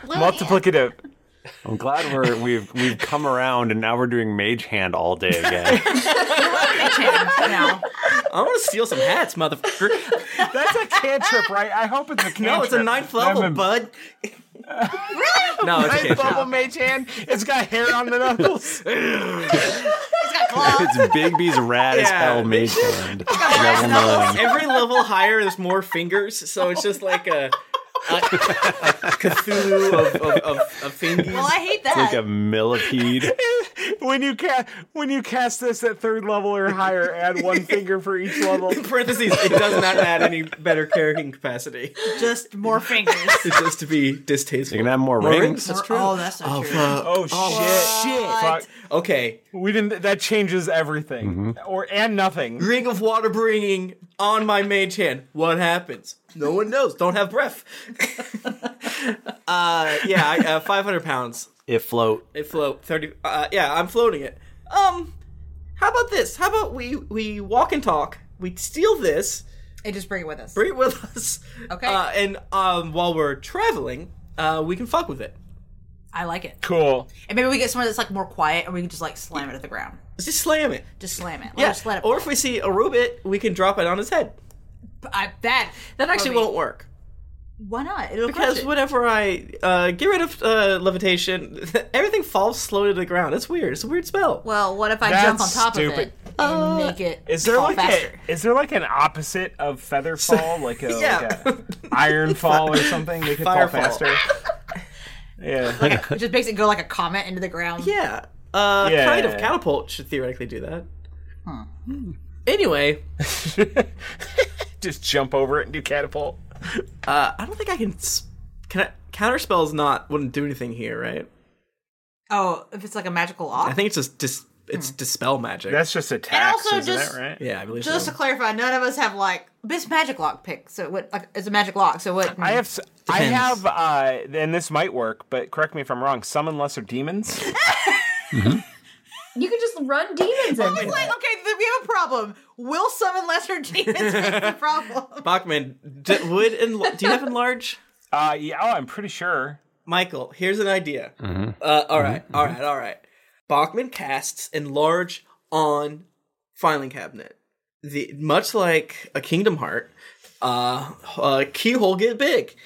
[SPEAKER 4] Multiplicative.
[SPEAKER 1] I'm glad we're we've we've come around and now we're doing mage hand all day again.
[SPEAKER 2] now.
[SPEAKER 5] [LAUGHS] I want to steal some hats, motherfucker.
[SPEAKER 4] That's a cantrip, right? I hope it's a cantrip.
[SPEAKER 5] No, it's a ninth level,
[SPEAKER 4] I'm a-
[SPEAKER 5] bud.
[SPEAKER 2] really?
[SPEAKER 5] No, it's a
[SPEAKER 4] Ninth
[SPEAKER 5] cantrip.
[SPEAKER 4] level mage hand. It's got hair on the
[SPEAKER 5] [LAUGHS]
[SPEAKER 4] knuckles.
[SPEAKER 1] [LAUGHS] it's Bigby's rad as
[SPEAKER 5] Yeah.
[SPEAKER 1] hell mage hand. Level nine.
[SPEAKER 5] Every level higher, there's more fingers, so it's just like a, a, a Cthulhu of, of, of, of fingies.
[SPEAKER 2] Well, I hate
[SPEAKER 1] It's like
[SPEAKER 2] that.
[SPEAKER 1] a millipede.
[SPEAKER 4] when you cast when you cast this at third level or higher, add
[SPEAKER 5] [LAUGHS]
[SPEAKER 4] one finger for each level.
[SPEAKER 5] Parentheses, it does not add any better carrying capacity.
[SPEAKER 2] just more
[SPEAKER 5] [LAUGHS]
[SPEAKER 2] fingers.
[SPEAKER 5] It's [LAUGHS] just to be distasteful.
[SPEAKER 1] You can have more
[SPEAKER 5] More
[SPEAKER 1] rings.
[SPEAKER 5] rings, that's true.
[SPEAKER 2] Oh, that's not
[SPEAKER 5] Oh,
[SPEAKER 2] true.
[SPEAKER 5] fuck.
[SPEAKER 4] Oh, shit! Fuck.
[SPEAKER 2] What?
[SPEAKER 5] Okay.
[SPEAKER 4] We didn't. That changes
[SPEAKER 5] Mm-hmm.
[SPEAKER 4] everything, or and nothing.
[SPEAKER 5] Ring of water bringing on my mage hand. What happens? No one knows. Don't have
[SPEAKER 4] [LAUGHS]
[SPEAKER 5] breath. uh, yeah, I, uh, 500 pounds.
[SPEAKER 1] It float.
[SPEAKER 5] It float 30. Uh, yeah, I'm floating it. Um, how about this? How about we we walk and talk? We steal this,
[SPEAKER 2] And just bring it with us.
[SPEAKER 5] bring it with us.
[SPEAKER 2] Okay.
[SPEAKER 5] Uh, and um, while we're traveling, uh, we can fuck with it.
[SPEAKER 2] I like it.
[SPEAKER 4] Cool.
[SPEAKER 2] And maybe we get somewhere that's like more quiet, and we can just like slam it at the ground.
[SPEAKER 5] Let's just slam it.
[SPEAKER 2] Just slam it. Let
[SPEAKER 5] Yeah.
[SPEAKER 2] us let it.
[SPEAKER 5] Or if we see a robot, we can drop it on his head.
[SPEAKER 2] I, that
[SPEAKER 5] That actually
[SPEAKER 2] Toby,
[SPEAKER 5] won't work.
[SPEAKER 2] Why not? It'll
[SPEAKER 5] Because
[SPEAKER 2] crush it.
[SPEAKER 5] whenever I uh, get rid of uh, levitation, [LAUGHS] everything falls slowly to the ground. It's weird. It's a weird spell.
[SPEAKER 2] Well, what if I
[SPEAKER 4] That's
[SPEAKER 2] jump on top of
[SPEAKER 4] stupid.
[SPEAKER 2] it and make it
[SPEAKER 4] Is there
[SPEAKER 2] fall
[SPEAKER 4] like
[SPEAKER 2] faster?
[SPEAKER 4] a, is there like an opposite of
[SPEAKER 5] [LAUGHS]
[SPEAKER 4] feather fall, like a,
[SPEAKER 5] Yeah.
[SPEAKER 4] like a
[SPEAKER 5] [LAUGHS]
[SPEAKER 4] iron fall or something? They could fall
[SPEAKER 5] Fire fall. [LAUGHS]
[SPEAKER 4] faster. yeah.
[SPEAKER 2] It just makes it go like a comet into the ground.
[SPEAKER 5] Yeah. Uh,
[SPEAKER 4] Yeah.
[SPEAKER 5] Kind of catapult should theoretically do that. Anyway,
[SPEAKER 4] [LAUGHS] Just jump over it and do catapult.
[SPEAKER 5] Uh, I don't think I can. s- Can I, counterspell's not wouldn't do anything here, right?
[SPEAKER 2] Oh, if it's like a magical
[SPEAKER 5] I
[SPEAKER 2] off.
[SPEAKER 5] think it's just dis, it's dispel magic.
[SPEAKER 4] That's just a
[SPEAKER 2] tax, Hmm. also isn't it, just- right?
[SPEAKER 5] Yeah, I believe
[SPEAKER 2] Just
[SPEAKER 5] so.
[SPEAKER 2] to clarify, none of us have like this magic lock pick. So what? Like, it's a magic lock. So what?
[SPEAKER 4] I have, s I have, uh, and this might work, but correct me if I'm wrong. Summon lesser
[SPEAKER 5] [LAUGHS]
[SPEAKER 4] demons.
[SPEAKER 3] You can just run demons
[SPEAKER 2] I
[SPEAKER 3] in.
[SPEAKER 2] was
[SPEAKER 3] there.
[SPEAKER 2] like, okay, th- we have a problem. Will summon
[SPEAKER 5] [LAUGHS]
[SPEAKER 2] lesser demons fix the problem?
[SPEAKER 5] Bachman, d- would enl- do you have enlarge?
[SPEAKER 4] Uh, yeah, I'm pretty sure.
[SPEAKER 5] Michael, here's an idea. Uh, all right, all right, all right. Bachman casts enlarge on filing cabinet. The much like a Kingdom Heart, uh, uh keyhole get big.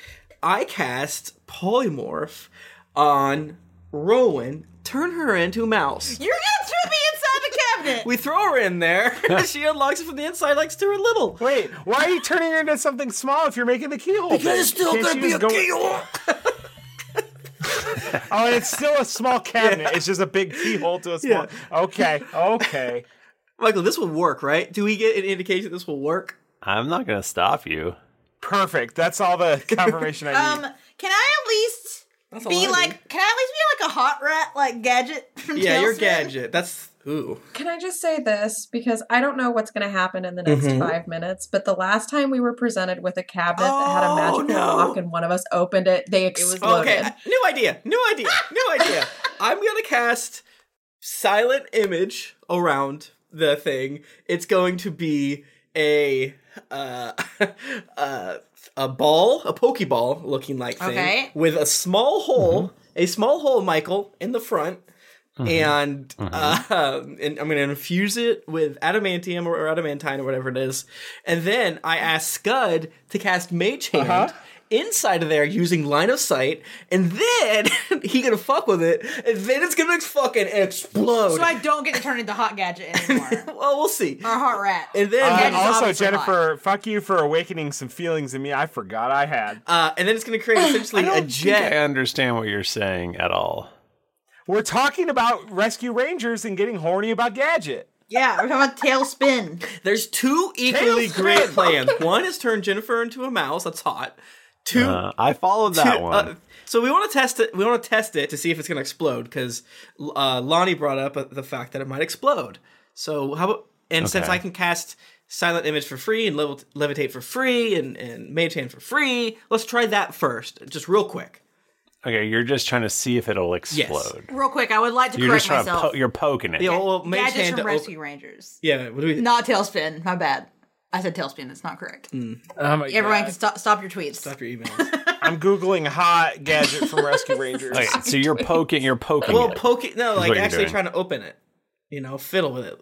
[SPEAKER 5] I cast polymorph on Rowan, turn her into a mouse.
[SPEAKER 2] You're gonna throw me inside the
[SPEAKER 5] [LAUGHS]
[SPEAKER 2] cabinet.
[SPEAKER 5] We throw her in there. [LAUGHS] she unlocks it from the inside like Stuart Little.
[SPEAKER 4] Wait, why are you turning her into something small if you're making the keyhole?
[SPEAKER 5] Because
[SPEAKER 4] big?
[SPEAKER 5] it's still
[SPEAKER 4] Can't
[SPEAKER 5] gonna
[SPEAKER 4] you
[SPEAKER 5] be
[SPEAKER 4] just
[SPEAKER 5] a
[SPEAKER 4] go- [LAUGHS] oh, and it's still a
[SPEAKER 5] [LAUGHS]
[SPEAKER 4] small cabinet. It's just a big keyhole to a small. Okay, okay.
[SPEAKER 5] [LAUGHS] Michael, this will work, right? Do we get an indication this will work?
[SPEAKER 1] I'm not gonna stop you.
[SPEAKER 4] Perfect. That's all
[SPEAKER 5] [LAUGHS]
[SPEAKER 4] the confirmation I need.
[SPEAKER 2] Um, can I at least
[SPEAKER 5] a
[SPEAKER 2] be
[SPEAKER 5] lot,
[SPEAKER 2] like? Can I at least be like a hot rat, like gadget from
[SPEAKER 5] yeah, your
[SPEAKER 2] Tailspin?
[SPEAKER 5] gadget. That's ooh.
[SPEAKER 3] Can I just say this because I don't know what's going to happen in the next
[SPEAKER 5] Mhm.
[SPEAKER 3] five minutes? But the last time we were presented with a cabinet that had
[SPEAKER 2] Oh,
[SPEAKER 3] a magical lock and one of us opened it, they exploded.
[SPEAKER 5] Okay, I- new idea, new idea, new idea. I'm gonna cast silent image around the thing. It's going to be a uh, [LAUGHS] uh, a ball, a pokeball looking like thing
[SPEAKER 2] Okay.
[SPEAKER 5] with a small hole, a small hole, Michael, in the front.
[SPEAKER 14] Mhm.
[SPEAKER 5] And uh, and I'm gonna infuse it with adamantium or adamantine or whatever it is, and then I ask Scud to cast Mage Hand inside of there using line of sight, and then [LAUGHS] he gonna fuck with it, and then it's gonna fucking explode.
[SPEAKER 2] So I don't get to turn into hot
[SPEAKER 5] [LAUGHS]
[SPEAKER 2] gadget anymore.
[SPEAKER 5] well, we'll see.
[SPEAKER 2] Or hot rat.
[SPEAKER 5] and then
[SPEAKER 4] Uh,
[SPEAKER 5] Gadget's
[SPEAKER 4] also,
[SPEAKER 5] obviously hot.
[SPEAKER 4] Jennifer, fuck you for awakening some feelings in me I forgot I had.
[SPEAKER 5] Uh, and then it's going
[SPEAKER 4] [GASPS]
[SPEAKER 5] to create essentially
[SPEAKER 4] a
[SPEAKER 1] I think I understand what you're saying at all.
[SPEAKER 4] We're talking about Rescue Rangers and getting horny about Gadget.
[SPEAKER 2] Yeah, we're talking about Tailspin.
[SPEAKER 5] [LAUGHS] There's two equally
[SPEAKER 4] Tailspin!
[SPEAKER 5] great plans. One is turn Jennifer into a mouse. That's hot. Two.
[SPEAKER 1] Uh, I followed that
[SPEAKER 5] two-
[SPEAKER 1] one.
[SPEAKER 5] uh, so we want to test it. We want to test it to see if it's going to explode because uh, Lonnie brought up uh, the fact that it might explode. So how about and since
[SPEAKER 1] Okay.
[SPEAKER 5] I can cast silent image for free and level, levitate for free and and mage hand for free, let's try that first, just real quick.
[SPEAKER 1] okay, you're just trying to see if it'll explode.
[SPEAKER 2] Real quick, I would like to
[SPEAKER 1] You're just
[SPEAKER 2] correct
[SPEAKER 1] trying to
[SPEAKER 2] myself.
[SPEAKER 1] po- you're poking it.
[SPEAKER 5] Yeah, well, mage
[SPEAKER 2] Gadgets
[SPEAKER 5] hand
[SPEAKER 2] from
[SPEAKER 5] to op-
[SPEAKER 2] Rescue Rangers.
[SPEAKER 5] yeah. What do we?
[SPEAKER 2] Not Tailspin. My bad. I said Tailspin. It's not correct.
[SPEAKER 5] Oh
[SPEAKER 2] Everyone can stop, stop your tweets. Stop
[SPEAKER 5] your email.
[SPEAKER 4] [LAUGHS] I'm googling
[SPEAKER 2] [LAUGHS]
[SPEAKER 4] hot Gadget from Rescue Rangers.
[SPEAKER 1] Okay, so you're poking. You're poking.
[SPEAKER 5] well,
[SPEAKER 1] it.
[SPEAKER 5] poke it. No,
[SPEAKER 1] Is
[SPEAKER 5] like
[SPEAKER 1] what you're
[SPEAKER 5] actually
[SPEAKER 1] doing.
[SPEAKER 5] trying to open it. You know, fiddle with it.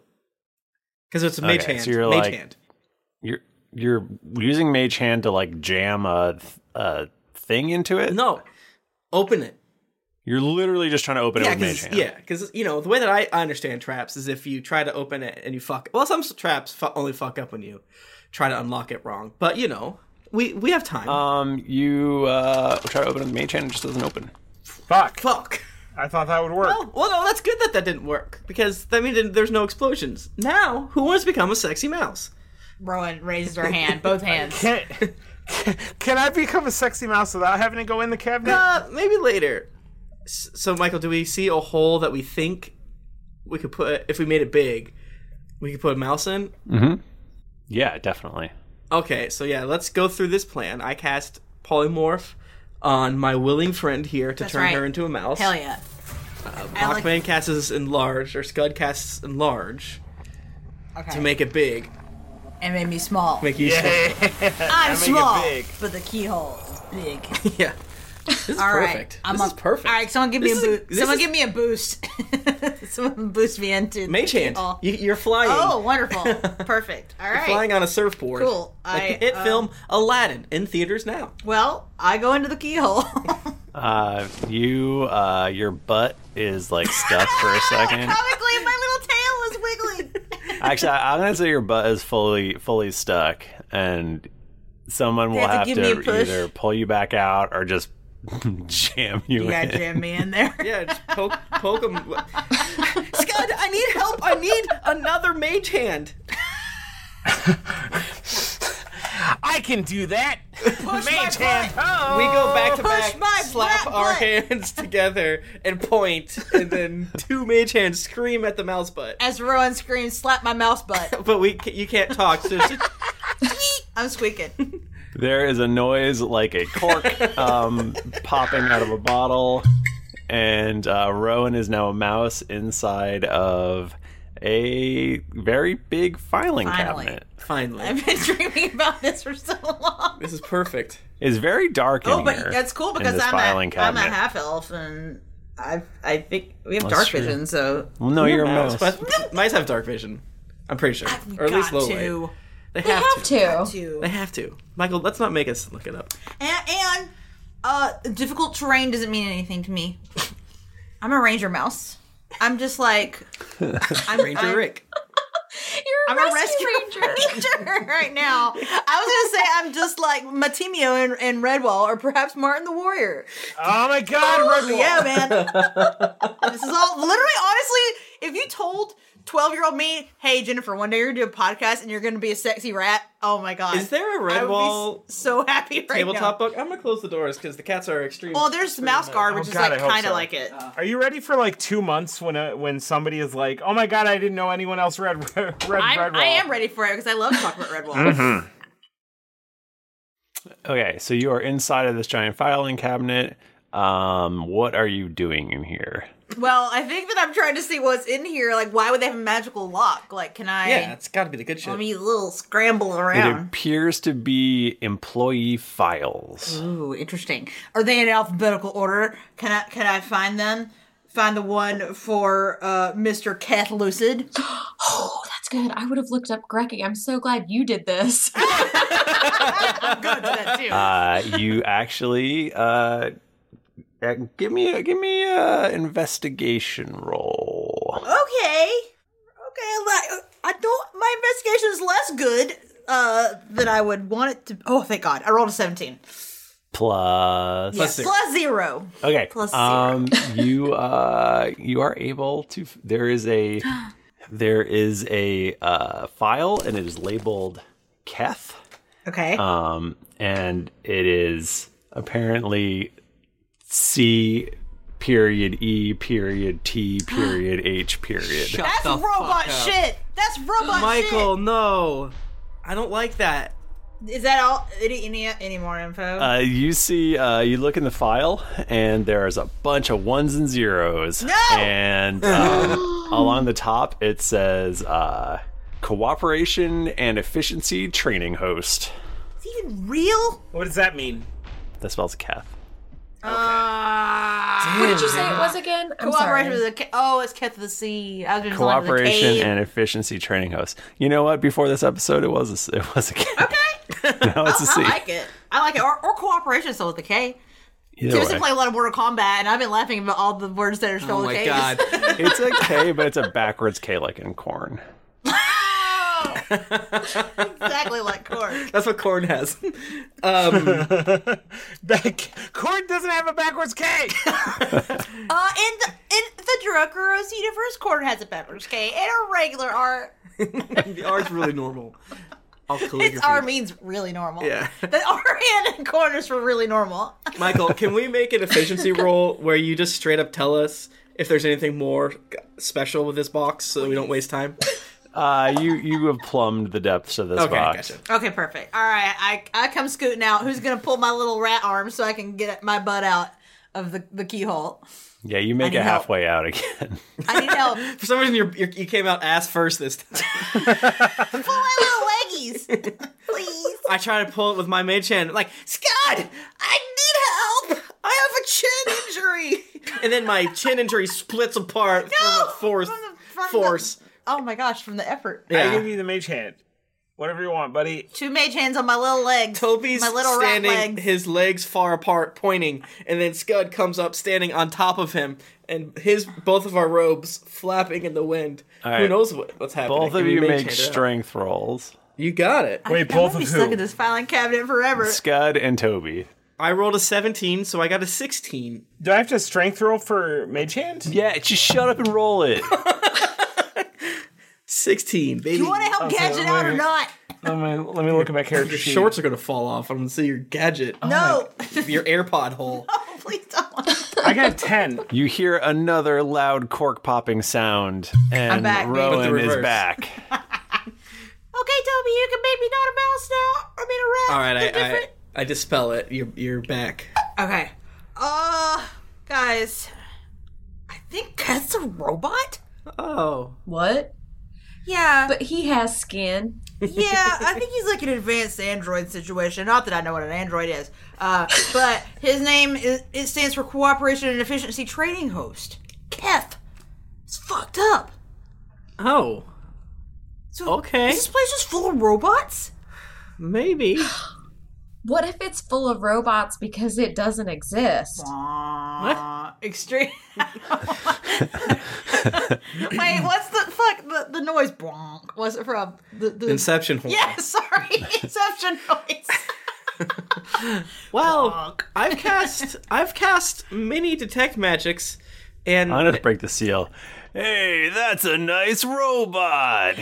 [SPEAKER 5] Because it's a mage
[SPEAKER 1] Okay,
[SPEAKER 5] hand.
[SPEAKER 1] So you're
[SPEAKER 5] mage
[SPEAKER 1] like,
[SPEAKER 5] hand.
[SPEAKER 1] You're you're using mage hand to like jam a th- a thing into it.
[SPEAKER 5] No, open it.
[SPEAKER 1] You're literally just trying to open
[SPEAKER 5] yeah,
[SPEAKER 1] it with mage
[SPEAKER 5] 'cause-
[SPEAKER 1] hand.
[SPEAKER 5] yeah, because you know the way that I, I understand traps is if you try to open it and you fuck. Well, some s- traps fu- only fuck up when you try to unlock it wrong. But you know, we we have time.
[SPEAKER 1] Um, you uh try to open it with mage hand, it just doesn't open.
[SPEAKER 4] Fuck.
[SPEAKER 5] Fuck.
[SPEAKER 4] I thought that would work.
[SPEAKER 5] Well, well, no, that's good that that didn't work because that means there's no explosions. Now, who wants to become a sexy mouse?
[SPEAKER 2] Rowan raises her hand, both hands.
[SPEAKER 4] Can, can I become a sexy mouse without having to go in the cabinet?
[SPEAKER 5] Uh, maybe later. S- So, Michael, do we see a hole that we think we could put if we made it big? We could put a mouse in.
[SPEAKER 1] Mm-hmm. Yeah, definitely.
[SPEAKER 5] Okay, so yeah, let's go through this plan. I cast polymorph on my willing friend here to
[SPEAKER 2] That's
[SPEAKER 5] turn
[SPEAKER 2] right.
[SPEAKER 5] her into a mouse. Uh,
[SPEAKER 2] Hell yeah. I like-
[SPEAKER 5] Bachman casts enlarge, or Scud casts enlarge
[SPEAKER 2] Okay.
[SPEAKER 5] to make it big. [LAUGHS]
[SPEAKER 2] and made me small.
[SPEAKER 5] Make you
[SPEAKER 2] yeah.
[SPEAKER 5] small.
[SPEAKER 2] I'm small, but the keyhole is big.
[SPEAKER 5] yeah. This is perfect.
[SPEAKER 2] I'm
[SPEAKER 5] This
[SPEAKER 2] a,
[SPEAKER 5] is perfect.
[SPEAKER 2] All right, someone give me
[SPEAKER 5] This
[SPEAKER 2] a
[SPEAKER 5] is a-
[SPEAKER 2] boost.
[SPEAKER 5] this
[SPEAKER 2] Someone
[SPEAKER 5] is-
[SPEAKER 2] give me a boost. [LAUGHS] someone boost me into the
[SPEAKER 5] Mage hand.
[SPEAKER 2] keyhole.
[SPEAKER 5] You, you're flying.
[SPEAKER 2] Oh,
[SPEAKER 5] [LAUGHS]
[SPEAKER 2] wonderful. Perfect. All
[SPEAKER 5] You're
[SPEAKER 2] right.
[SPEAKER 5] flying on a surfboard.
[SPEAKER 2] Cool.
[SPEAKER 5] Like
[SPEAKER 2] I,
[SPEAKER 5] the hit
[SPEAKER 2] uh,
[SPEAKER 5] film Aladdin in theaters now.
[SPEAKER 2] Well, I go into the keyhole. [LAUGHS]
[SPEAKER 1] Uh, you uh, your butt is like stuck for a
[SPEAKER 2] [LAUGHS]
[SPEAKER 1] second.
[SPEAKER 2] Comically, my little tail is wiggling.
[SPEAKER 1] Actually, I, I'm gonna say your butt is fully fully stuck, and someone
[SPEAKER 2] They
[SPEAKER 1] will have
[SPEAKER 2] have to
[SPEAKER 1] to,
[SPEAKER 2] give me a push.
[SPEAKER 1] either pull you back out or just [LAUGHS] jam you.
[SPEAKER 2] You gotta
[SPEAKER 1] in.
[SPEAKER 2] jam me in there.
[SPEAKER 5] yeah, just poke, poke
[SPEAKER 2] [LAUGHS]
[SPEAKER 5] him. Scud, I need [LAUGHS] help. I need another mage hand.
[SPEAKER 17] I can do that.
[SPEAKER 2] Push
[SPEAKER 17] Mage hand. Oh.
[SPEAKER 5] We go back to
[SPEAKER 17] Push
[SPEAKER 5] back,
[SPEAKER 17] my
[SPEAKER 5] slap
[SPEAKER 17] butt,
[SPEAKER 5] our
[SPEAKER 17] butt.
[SPEAKER 5] hands together and point, and then two mage hands scream at the mouse butt.
[SPEAKER 2] As Rowan screams, slap my mouse butt.
[SPEAKER 5] [LAUGHS] But we, ca- you can't talk. So it's just-
[SPEAKER 2] I'm squeaking. [LAUGHS]
[SPEAKER 1] There is a noise like a
[SPEAKER 5] [LAUGHS]
[SPEAKER 1] cork um, popping out of a bottle, and uh, Rowan is now a mouse inside of a very big filing
[SPEAKER 2] Finally.
[SPEAKER 1] cabinet.
[SPEAKER 5] Finally,
[SPEAKER 2] I've been dreaming about this for so long.
[SPEAKER 5] this is perfect.
[SPEAKER 1] It's very dark in
[SPEAKER 2] Oh, but
[SPEAKER 1] here,
[SPEAKER 2] that's cool
[SPEAKER 1] in
[SPEAKER 2] because
[SPEAKER 1] this
[SPEAKER 2] I'm
[SPEAKER 1] filing
[SPEAKER 2] a, I'm a
[SPEAKER 1] cabinet.
[SPEAKER 2] half elf and I I think we have
[SPEAKER 5] That's
[SPEAKER 2] dark
[SPEAKER 5] true.
[SPEAKER 2] vision, so
[SPEAKER 1] Well, no, you're a mouse.
[SPEAKER 5] But mice have dark vision. I'm pretty sure, or at least
[SPEAKER 2] got
[SPEAKER 5] low light.
[SPEAKER 2] to.
[SPEAKER 5] They,
[SPEAKER 2] They
[SPEAKER 5] have,
[SPEAKER 2] have
[SPEAKER 5] to.
[SPEAKER 2] to. Got to.
[SPEAKER 5] They have to. Michael, let's not make us look
[SPEAKER 1] [LAUGHS]
[SPEAKER 5] it up.
[SPEAKER 2] And, and uh, difficult terrain doesn't mean anything to me. [LAUGHS] I'm a ranger mouse. I'm just like I'm,
[SPEAKER 5] Ranger
[SPEAKER 2] I'm-
[SPEAKER 5] Rick.
[SPEAKER 2] I'm a rescue [LAUGHS] ranger. right now. I was gonna say I'm just like Matimio and, and Redwall, or perhaps Martin the Warrior.
[SPEAKER 4] Oh my God, Redwall!
[SPEAKER 2] Yeah, man. this is all literally, honestly. If you told twelve year old me, "Hey, Jennifer, one day you're gonna do a podcast and you're gonna be a sexy rat," oh my god,
[SPEAKER 5] Is there a
[SPEAKER 2] I would be
[SPEAKER 5] Redwall
[SPEAKER 2] s- so happy right
[SPEAKER 5] Tabletop
[SPEAKER 2] now.
[SPEAKER 5] book. I'm gonna close the doors because the cats are [LAUGHS] extreme.
[SPEAKER 2] Well, there's mouse guard, which is
[SPEAKER 4] Oh, God,
[SPEAKER 2] like
[SPEAKER 4] I hope
[SPEAKER 2] kind of
[SPEAKER 4] so. Uh,
[SPEAKER 2] like it.
[SPEAKER 4] Are you ready for like two months when a, when somebody is like, "Oh my god, I didn't know anyone else read [LAUGHS] read
[SPEAKER 2] I'm,
[SPEAKER 4] Redwall"?
[SPEAKER 2] I am ready for it because I love talking about Redwall.
[SPEAKER 5] Mm-hmm.
[SPEAKER 1] Mhm. Okay, so you are inside of this giant filing cabinet. Um, what are you doing in here?
[SPEAKER 2] Well, I think that I'm trying to see what's in here. Like, why would they have a magical lock? Like, can I?
[SPEAKER 5] Yeah, it's got to be the good shit.
[SPEAKER 2] Let me little scramble
[SPEAKER 1] It
[SPEAKER 2] around.
[SPEAKER 1] appears to be employee files.
[SPEAKER 2] Ooh, interesting. Are they in alphabetical order? Can I can I find them? Find the one for uh, Mr. Cat Lucid.
[SPEAKER 3] [GASPS] Oh, that's good. I would have looked up Greki. I'm so glad you did
[SPEAKER 5] [LAUGHS]
[SPEAKER 3] this.
[SPEAKER 1] Uh, you actually uh, uh, give me a give me a investigation roll.
[SPEAKER 2] Okay. Okay. Like, uh, I don't. My investigation is less good uh, than I would want it to. Oh, thank God! I rolled a seventeen.
[SPEAKER 1] Uh, Plus,
[SPEAKER 2] Yes, plus zero.
[SPEAKER 1] Okay.
[SPEAKER 2] Plus zero.
[SPEAKER 1] um, you uh, you are able to. f- There is
[SPEAKER 2] [GASPS]
[SPEAKER 1] a
[SPEAKER 3] [GASPS]
[SPEAKER 1] there is a uh, file, and it is labeled Keth.
[SPEAKER 2] Okay.
[SPEAKER 1] Um, and it is apparently C period E period T period H
[SPEAKER 2] [GASPS]
[SPEAKER 1] period.
[SPEAKER 2] That's robot shit. That's robot
[SPEAKER 5] Michael, no, I don't like that.
[SPEAKER 2] shit. Is that all? Any any, any more info?
[SPEAKER 1] Uh, you see, uh, you look in the file, and there's a bunch of ones and zeros.
[SPEAKER 2] No!
[SPEAKER 1] And um,
[SPEAKER 2] [GASPS]
[SPEAKER 1] along the top, it says uh, cooperation and efficiency training host.
[SPEAKER 2] is he even real?
[SPEAKER 4] What does that mean?
[SPEAKER 1] That spells Kath. Ah.
[SPEAKER 3] what did you say it was again? I'm
[SPEAKER 2] Cooperation
[SPEAKER 3] sorry.
[SPEAKER 2] with the ca- oh, it's Keth the Sea. I was just like the
[SPEAKER 1] Cooperation
[SPEAKER 2] cave.
[SPEAKER 1] and efficiency training host. You know what? Before this episode, it was a, s- it was a K. Okay. [LAUGHS] now oh, it's a C.
[SPEAKER 2] [LAUGHS] Oh, I like it. I like it. Or, or cooperation spelled with a K.
[SPEAKER 1] Either
[SPEAKER 2] Tibbs
[SPEAKER 1] way. Oh
[SPEAKER 2] play a lot of Mortal Kombat, and I've been laughing about all the words that are
[SPEAKER 5] Oh
[SPEAKER 2] spelled with Ks. [LAUGHS]
[SPEAKER 1] it's a K, but it's a backwards K, like in corn.
[SPEAKER 2] [LAUGHS] exactly like corn.
[SPEAKER 5] That's what corn has. [LAUGHS] Um,
[SPEAKER 4] Corn doesn't have a backwards K.
[SPEAKER 2] [LAUGHS] Uh, in the, in the Drucker universe, corn has a backwards K, and a regular R.
[SPEAKER 5] the R's really normal.
[SPEAKER 2] [LAUGHS]
[SPEAKER 5] All calligraphy.
[SPEAKER 2] Its R means really normal.
[SPEAKER 5] Yeah.
[SPEAKER 2] The [LAUGHS] R and corners were really normal.
[SPEAKER 5] Michael, can we make an
[SPEAKER 2] [LAUGHS]
[SPEAKER 5] efficiency roll where you just straight up tell us if there's anything more special with this box so that we don't waste time?
[SPEAKER 1] Uh, you you have plumbed the depths of this
[SPEAKER 5] Okay,
[SPEAKER 1] box.
[SPEAKER 2] Okay, perfect. All right, I I come scooting out. Who's gonna pull my little rat arm so I can get my butt out of the, the keyhole?
[SPEAKER 1] Yeah, you make
[SPEAKER 2] need
[SPEAKER 1] it
[SPEAKER 2] help.
[SPEAKER 1] halfway out again.
[SPEAKER 2] I need help.
[SPEAKER 5] [LAUGHS] For some reason, you're, you're, you came out ass first this time.
[SPEAKER 2] pull my little leggies. Please.
[SPEAKER 5] I try to pull it with my mage hand, like Scud.
[SPEAKER 2] I need help. I have a chin injury.
[SPEAKER 5] and then my chin injury splits apart from a force.
[SPEAKER 2] From
[SPEAKER 5] force.
[SPEAKER 2] The, oh my gosh, from the effort.
[SPEAKER 4] I give you the mage hand. Whatever you want, buddy.
[SPEAKER 2] Two mage hands on my little legs.
[SPEAKER 5] Toby's
[SPEAKER 2] my little rat
[SPEAKER 5] standing,
[SPEAKER 2] legs.
[SPEAKER 5] his legs far apart, pointing, and then Scud comes up, standing on top of him, and his both of our robes flapping in the wind.
[SPEAKER 1] All
[SPEAKER 5] Who
[SPEAKER 1] right.
[SPEAKER 5] knows what, what's happening?
[SPEAKER 1] Both of
[SPEAKER 5] Can we
[SPEAKER 1] you
[SPEAKER 5] mage
[SPEAKER 1] make
[SPEAKER 5] hand it out?
[SPEAKER 1] strength rolls.
[SPEAKER 5] You got it.
[SPEAKER 1] Wait,
[SPEAKER 2] I'm gonna be stuck in this filing cabinet
[SPEAKER 5] [LAUGHS]
[SPEAKER 2] forever.
[SPEAKER 1] Scud and Toby.
[SPEAKER 5] I rolled a 17, so I got a 16.
[SPEAKER 4] Do I have to strength roll for mage hand?
[SPEAKER 1] Yeah, just shut up and
[SPEAKER 5] [LAUGHS]
[SPEAKER 1] roll it.
[SPEAKER 5] 16, baby.
[SPEAKER 2] Do you want to help Gadget out or not?
[SPEAKER 4] Let me let me look at my character
[SPEAKER 5] Your
[SPEAKER 4] sheet.
[SPEAKER 5] shorts are gonna fall off. I'm gonna see your gadget.
[SPEAKER 2] No.
[SPEAKER 5] Oh my- your AirPod hole.
[SPEAKER 4] I got ten.
[SPEAKER 1] [LAUGHS] You hear another loud cork popping sound, and
[SPEAKER 2] back, baby. With the
[SPEAKER 1] Rowan is
[SPEAKER 2] reverse.
[SPEAKER 1] back.
[SPEAKER 2] Okay, Toby, you can make me not a mouse now. I mean a rat.
[SPEAKER 5] All right,
[SPEAKER 2] [LAUGHS] They're
[SPEAKER 5] I,
[SPEAKER 2] different.
[SPEAKER 5] I I dispel it. You're you're back.
[SPEAKER 2] Okay. Uh, guys, I think Cat's a robot.
[SPEAKER 5] Oh.
[SPEAKER 3] What?
[SPEAKER 2] Yeah.
[SPEAKER 3] But he has skin. [LAUGHS]
[SPEAKER 2] yeah, I think he's like an advanced android situation. Not that I know what an android is, uh, but his name is it stands for Cooperation and Efficiency Training Host. Kef. It's fucked up.
[SPEAKER 5] Oh.
[SPEAKER 2] So
[SPEAKER 5] Okay.
[SPEAKER 2] Is this place just full of robots?
[SPEAKER 5] Maybe.
[SPEAKER 3] [SIGHS] What if it's full of robots because it doesn't exist?
[SPEAKER 2] What? Uh,
[SPEAKER 5] [LAUGHS]
[SPEAKER 2] Extreme. Wait, what's the fuck the, the noise? Bonk. What's it from? The, the
[SPEAKER 5] Inception horn.
[SPEAKER 2] Yeah, [LAUGHS] sorry, Inception noise.
[SPEAKER 5] Well, I've cast I've cast many detect magics, and
[SPEAKER 1] I'm gonna break the seal. Hey, that's a nice robot.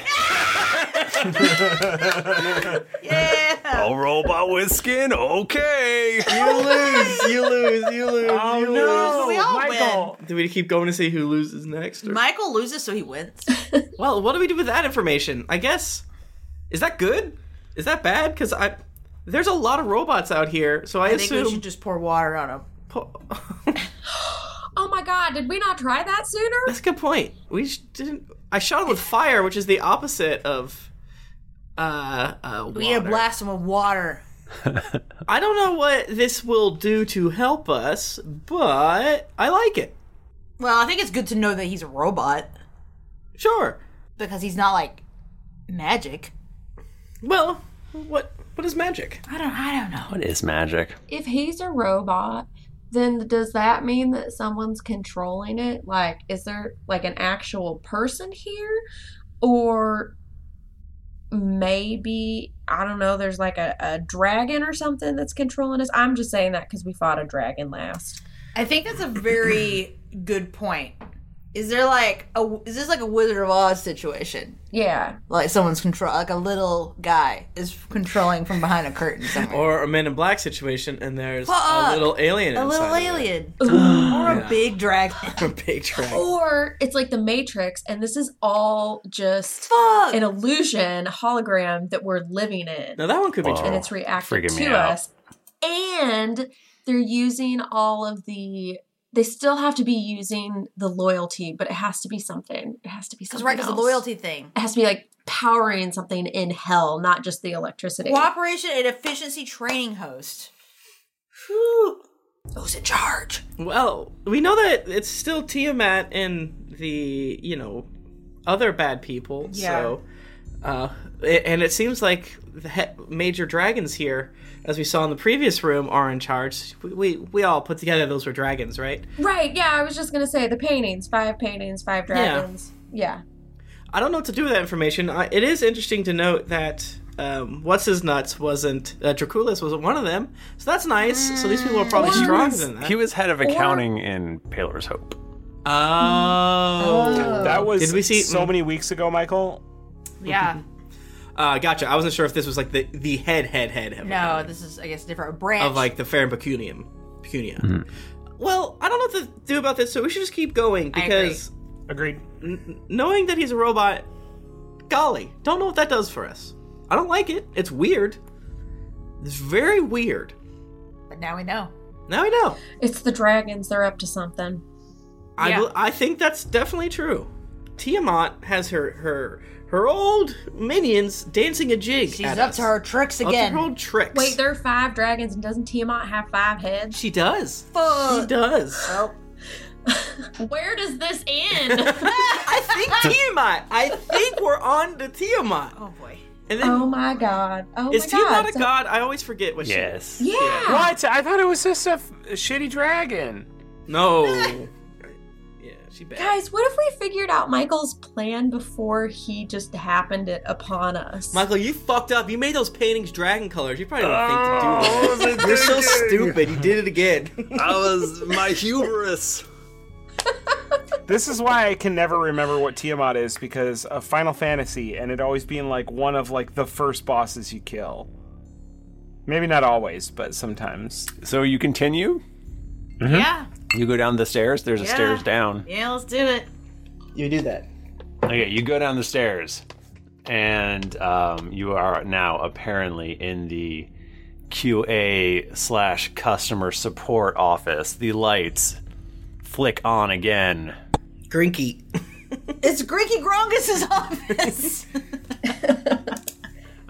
[SPEAKER 2] yeah.
[SPEAKER 1] A robot with skin. Okay.
[SPEAKER 5] You lose. [LAUGHS] You lose. You lose. Oh you
[SPEAKER 2] [LAUGHS] no,
[SPEAKER 5] lose.
[SPEAKER 2] we all Michael.
[SPEAKER 5] Do we keep going to see who loses next? or-
[SPEAKER 2] Michael loses, so he wins.
[SPEAKER 5] Well, what do we do with that information? I guess is that good? Is that bad? Because I there's a lot of robots out here, so I,
[SPEAKER 2] I think
[SPEAKER 5] assume
[SPEAKER 2] we should just pour water on him.
[SPEAKER 3] Oh my god, did we not try that sooner?
[SPEAKER 5] that's a good point. We sh- didn't. I shot
[SPEAKER 2] [LAUGHS]
[SPEAKER 5] him with fire, which is the opposite of uh, uh water.
[SPEAKER 2] We need to blast him with water.
[SPEAKER 5] I don't know what this will do to help us, but I like it.
[SPEAKER 2] Well, I think it's good to know that he's a robot.
[SPEAKER 5] Sure.
[SPEAKER 2] Because he's not like magic.
[SPEAKER 5] Well, what what is magic?
[SPEAKER 2] I don't I don't know.
[SPEAKER 1] What is magic?
[SPEAKER 3] If he's a robot, then does that mean that someone's controlling it? Like, is there like an actual person here? Or maybe, I don't know, there's like a, a dragon or something that's controlling us? I'm just saying that because we fought a dragon last.
[SPEAKER 2] I think that's
[SPEAKER 3] [CLEARS THROAT]
[SPEAKER 2] a very good point. Is there like a is this like a Wizard of Oz situation?
[SPEAKER 3] Yeah.
[SPEAKER 2] Like someone's control like a little guy is controlling from behind a
[SPEAKER 3] [LAUGHS]
[SPEAKER 2] curtain somewhere.
[SPEAKER 5] Or a Men in Black situation, and there's
[SPEAKER 2] Fuck.
[SPEAKER 5] a little alien.
[SPEAKER 2] A little
[SPEAKER 5] inside of it.
[SPEAKER 2] alien.
[SPEAKER 1] [GASPS]
[SPEAKER 2] or a
[SPEAKER 5] Yeah.
[SPEAKER 1] [LAUGHS]
[SPEAKER 2] big dragon.
[SPEAKER 5] a big dragon.
[SPEAKER 3] Or it's like the Matrix, and this is all just an illusion, a hologram that we're living in.
[SPEAKER 5] Now that one could be true.
[SPEAKER 3] and it's reacting
[SPEAKER 5] Freaking me
[SPEAKER 3] to
[SPEAKER 5] out.
[SPEAKER 3] us. And they're using all of the. They still have to be using the loyalty, but it has to be something. It has to be
[SPEAKER 2] Because
[SPEAKER 3] something.
[SPEAKER 2] right, because the
[SPEAKER 3] else.
[SPEAKER 2] loyalty thing.
[SPEAKER 3] It has to be like powering something in hell, not just the electricity.
[SPEAKER 2] Cooperation and efficiency training host. Whew. Who's in charge?
[SPEAKER 5] Well, we know that it's still Tiamat and the you know other bad people. So, uh, a- and it seems like the he- major dragons here, as we saw in the previous room, are in charge. We we, we all put together those were dragons, right?
[SPEAKER 3] Right? Yeah, I was just gonna say the paintings, five paintings, five dragons. Yeah.
[SPEAKER 5] I don't know what to do with that information. I, it is interesting to note that um, what's his nuts wasn't uh, Draculus wasn't one of them, so that's nice. So these people are probably stronger than that.
[SPEAKER 1] He was head of accounting in Paler's Hope.
[SPEAKER 5] Oh,
[SPEAKER 4] That was
[SPEAKER 5] Did we see
[SPEAKER 4] so
[SPEAKER 5] mm.
[SPEAKER 4] many weeks ago, Michael.
[SPEAKER 2] [LAUGHS] Yeah.
[SPEAKER 5] Uh, gotcha. I wasn't sure if this was like the the head head head of,
[SPEAKER 2] No, this is I guess different a branch.
[SPEAKER 5] of like the fair and pecunium pecunia. Well, I don't know what to do about this, so we should just keep going
[SPEAKER 2] I agree.
[SPEAKER 5] because agreed. N- knowing that he's a robot, golly, don't know what that does for us. I don't like it. It's weird. It's very weird.
[SPEAKER 2] but now we know.
[SPEAKER 5] Now we know.
[SPEAKER 3] It's the dragons. They're up to something.
[SPEAKER 5] I,
[SPEAKER 3] Yeah.
[SPEAKER 5] bel- I think that's definitely true. Tiamat has her her her old minions dancing a jig.
[SPEAKER 3] She's
[SPEAKER 5] at
[SPEAKER 3] up
[SPEAKER 5] us.
[SPEAKER 3] to her tricks
[SPEAKER 5] Up to
[SPEAKER 3] again.
[SPEAKER 5] her old tricks.
[SPEAKER 3] Wait, there are five dragons, and doesn't Tiamat have five heads?
[SPEAKER 5] She does.
[SPEAKER 2] Fuck. Oh.
[SPEAKER 5] She does.
[SPEAKER 3] [LAUGHS] Where does this end?
[SPEAKER 5] [LAUGHS] I think
[SPEAKER 3] [LAUGHS]
[SPEAKER 5] Tiamat. I think we're on the Tiamat. Oh
[SPEAKER 2] boy.
[SPEAKER 5] And then
[SPEAKER 3] oh my god. Oh
[SPEAKER 5] is
[SPEAKER 3] my
[SPEAKER 5] Tiamat
[SPEAKER 3] god.
[SPEAKER 5] a god? I always forget what
[SPEAKER 1] yes.
[SPEAKER 5] she is.
[SPEAKER 3] Yeah.
[SPEAKER 4] What? I thought it was just a, f- a shitty dragon.
[SPEAKER 5] No.
[SPEAKER 2] [LAUGHS]
[SPEAKER 5] yeah, she bad.
[SPEAKER 3] Guys, what if we figured out Michael's plan before he just happened it upon us?
[SPEAKER 5] Michael, you fucked up. You made those paintings dragon colors. You probably don't
[SPEAKER 1] Oh,
[SPEAKER 5] think to do
[SPEAKER 1] I
[SPEAKER 5] that. You're
[SPEAKER 1] was
[SPEAKER 5] so
[SPEAKER 1] thinking.
[SPEAKER 5] stupid. You did it again.
[SPEAKER 1] I was my hubris.
[SPEAKER 4] This is why I can never remember what Tiamat is because of Final Fantasy and it always being like one of like the first bosses you kill. Maybe not always, but sometimes.
[SPEAKER 1] So you continue?
[SPEAKER 2] Yeah.
[SPEAKER 1] You go down the stairs. There's a
[SPEAKER 2] Yeah.
[SPEAKER 1] stairs down.
[SPEAKER 2] Yeah, let's do it.
[SPEAKER 5] You do that.
[SPEAKER 1] Okay, you go down the stairs, and um, you are now apparently in the QA slash customer support office. The lights flick on again.
[SPEAKER 5] Grinky.
[SPEAKER 2] It's Grinky Grongus'
[SPEAKER 5] [LAUGHS]
[SPEAKER 2] [LAUGHS] office.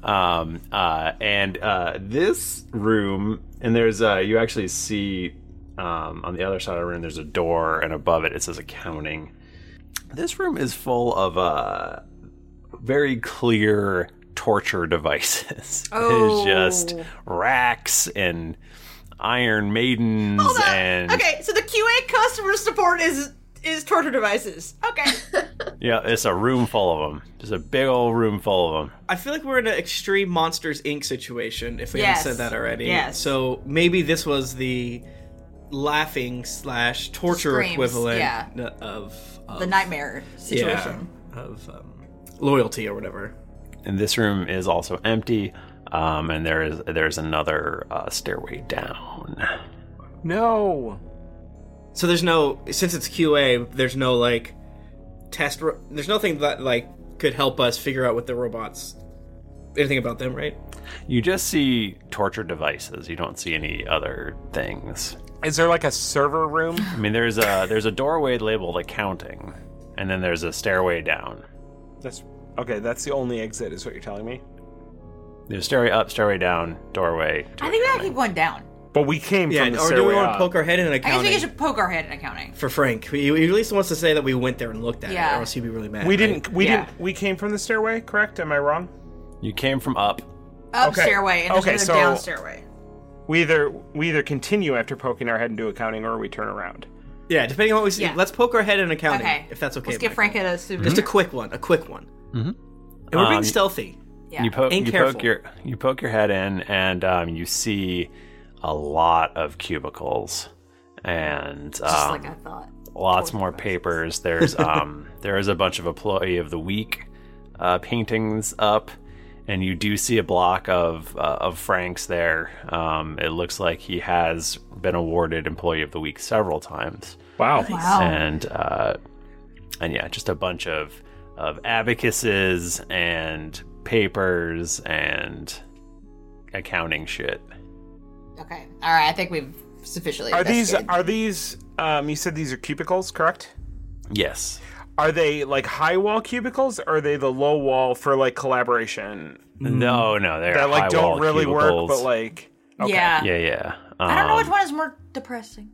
[SPEAKER 1] Um, uh, and uh, this room, and there's uh, you actually see um, on the other side of the room, there's a door, and above it, it says accounting. This room is full of uh, very clear torture devices. [LAUGHS]
[SPEAKER 2] Oh.
[SPEAKER 1] it is just racks and Iron Maidens and
[SPEAKER 2] okay, so the QA customer support is is torture devices. Okay.
[SPEAKER 1] yeah, it's a room full of them. Just a big old room full of them.
[SPEAKER 5] I feel like we're in an extreme Monsters Inc. situation, if we
[SPEAKER 2] Yes.
[SPEAKER 5] haven't said that already.
[SPEAKER 2] Yes.
[SPEAKER 5] So maybe this was the laughing slash torture
[SPEAKER 2] Screams,
[SPEAKER 5] equivalent
[SPEAKER 2] yeah.
[SPEAKER 5] of, of
[SPEAKER 2] the nightmare situation.
[SPEAKER 5] yeah, of um, loyalty or whatever.
[SPEAKER 1] And this room is also empty. Um, and there is there's another uh, stairway down.
[SPEAKER 4] No.
[SPEAKER 5] So there's no since it's QA. There's no like test. Ro- there's nothing that like could help us figure out what the robots. Anything about them, right?
[SPEAKER 1] You just see torture devices. You don't see any other things.
[SPEAKER 4] Is there like a server room?
[SPEAKER 2] [SIGHS]
[SPEAKER 1] I mean, there's a there's a doorway labeled accounting, and then there's a stairway down.
[SPEAKER 4] That's okay, that's the only exit is what you're telling me.
[SPEAKER 1] There's stairway up, stairway down, doorway.
[SPEAKER 2] I think we gotta keep going down.
[SPEAKER 4] But we came
[SPEAKER 5] yeah,
[SPEAKER 1] from the
[SPEAKER 5] or do we
[SPEAKER 1] stairway
[SPEAKER 5] want
[SPEAKER 1] up.
[SPEAKER 5] to poke our head in an
[SPEAKER 2] I guess
[SPEAKER 5] accounting
[SPEAKER 2] we should poke our head in accounting.
[SPEAKER 5] for Frank? He, he at least wants to say that we went there and looked at it,
[SPEAKER 2] Yeah.
[SPEAKER 5] or else he'd be really mad.
[SPEAKER 4] we
[SPEAKER 5] right?
[SPEAKER 4] didn't we didn't we came from the stairway, correct? Am I wrong?
[SPEAKER 1] You came from up.
[SPEAKER 2] Up
[SPEAKER 4] Okay.
[SPEAKER 2] stairway and
[SPEAKER 4] Okay,
[SPEAKER 2] there's
[SPEAKER 4] so-
[SPEAKER 2] another down stairway.
[SPEAKER 4] We either we either continue after poking our head into accounting or we turn around.
[SPEAKER 5] Yeah, depending on what we see.
[SPEAKER 2] Yeah. Mm-hmm.
[SPEAKER 5] Let's poke our head in accounting,
[SPEAKER 2] Okay.
[SPEAKER 5] if
[SPEAKER 2] [LAUGHS]
[SPEAKER 5] that's okay.
[SPEAKER 2] Let's give
[SPEAKER 5] Mike.
[SPEAKER 2] Frank a souvenir.
[SPEAKER 5] Just a quick one, a quick one.
[SPEAKER 1] Mm-hmm.
[SPEAKER 5] And we're being
[SPEAKER 1] Um,
[SPEAKER 5] stealthy.
[SPEAKER 1] You poke
[SPEAKER 5] And
[SPEAKER 1] you
[SPEAKER 5] careful.
[SPEAKER 1] poke your you poke your head in, and um, you see a lot of cubicles and
[SPEAKER 2] Just
[SPEAKER 1] um,
[SPEAKER 2] like I thought.
[SPEAKER 1] lots more
[SPEAKER 2] [LAUGHS]
[SPEAKER 1] papers. There's um there is a bunch of employee of the week uh, paintings up, and you do see a block of uh, of Frank's there. Um, it looks like he has been awarded employee of the week several times.
[SPEAKER 4] Wow! Wow.
[SPEAKER 1] And uh, and yeah, just a bunch of of abacuses and papers and accounting shit.
[SPEAKER 2] Okay. All right. I think we've sufficiently.
[SPEAKER 4] Are these
[SPEAKER 2] investigated.
[SPEAKER 4] are these um you said these are cubicles, correct?
[SPEAKER 1] Yes.
[SPEAKER 4] Are they like high wall cubicles or are they the low wall for like collaboration?
[SPEAKER 1] Mm. No, no, they're
[SPEAKER 4] that like
[SPEAKER 1] high
[SPEAKER 4] don't
[SPEAKER 1] wall
[SPEAKER 4] really work,
[SPEAKER 1] cubicles.
[SPEAKER 4] but like okay.
[SPEAKER 2] Yeah.
[SPEAKER 1] yeah, yeah.
[SPEAKER 2] I don't know
[SPEAKER 1] Um,
[SPEAKER 2] which one is more depressing.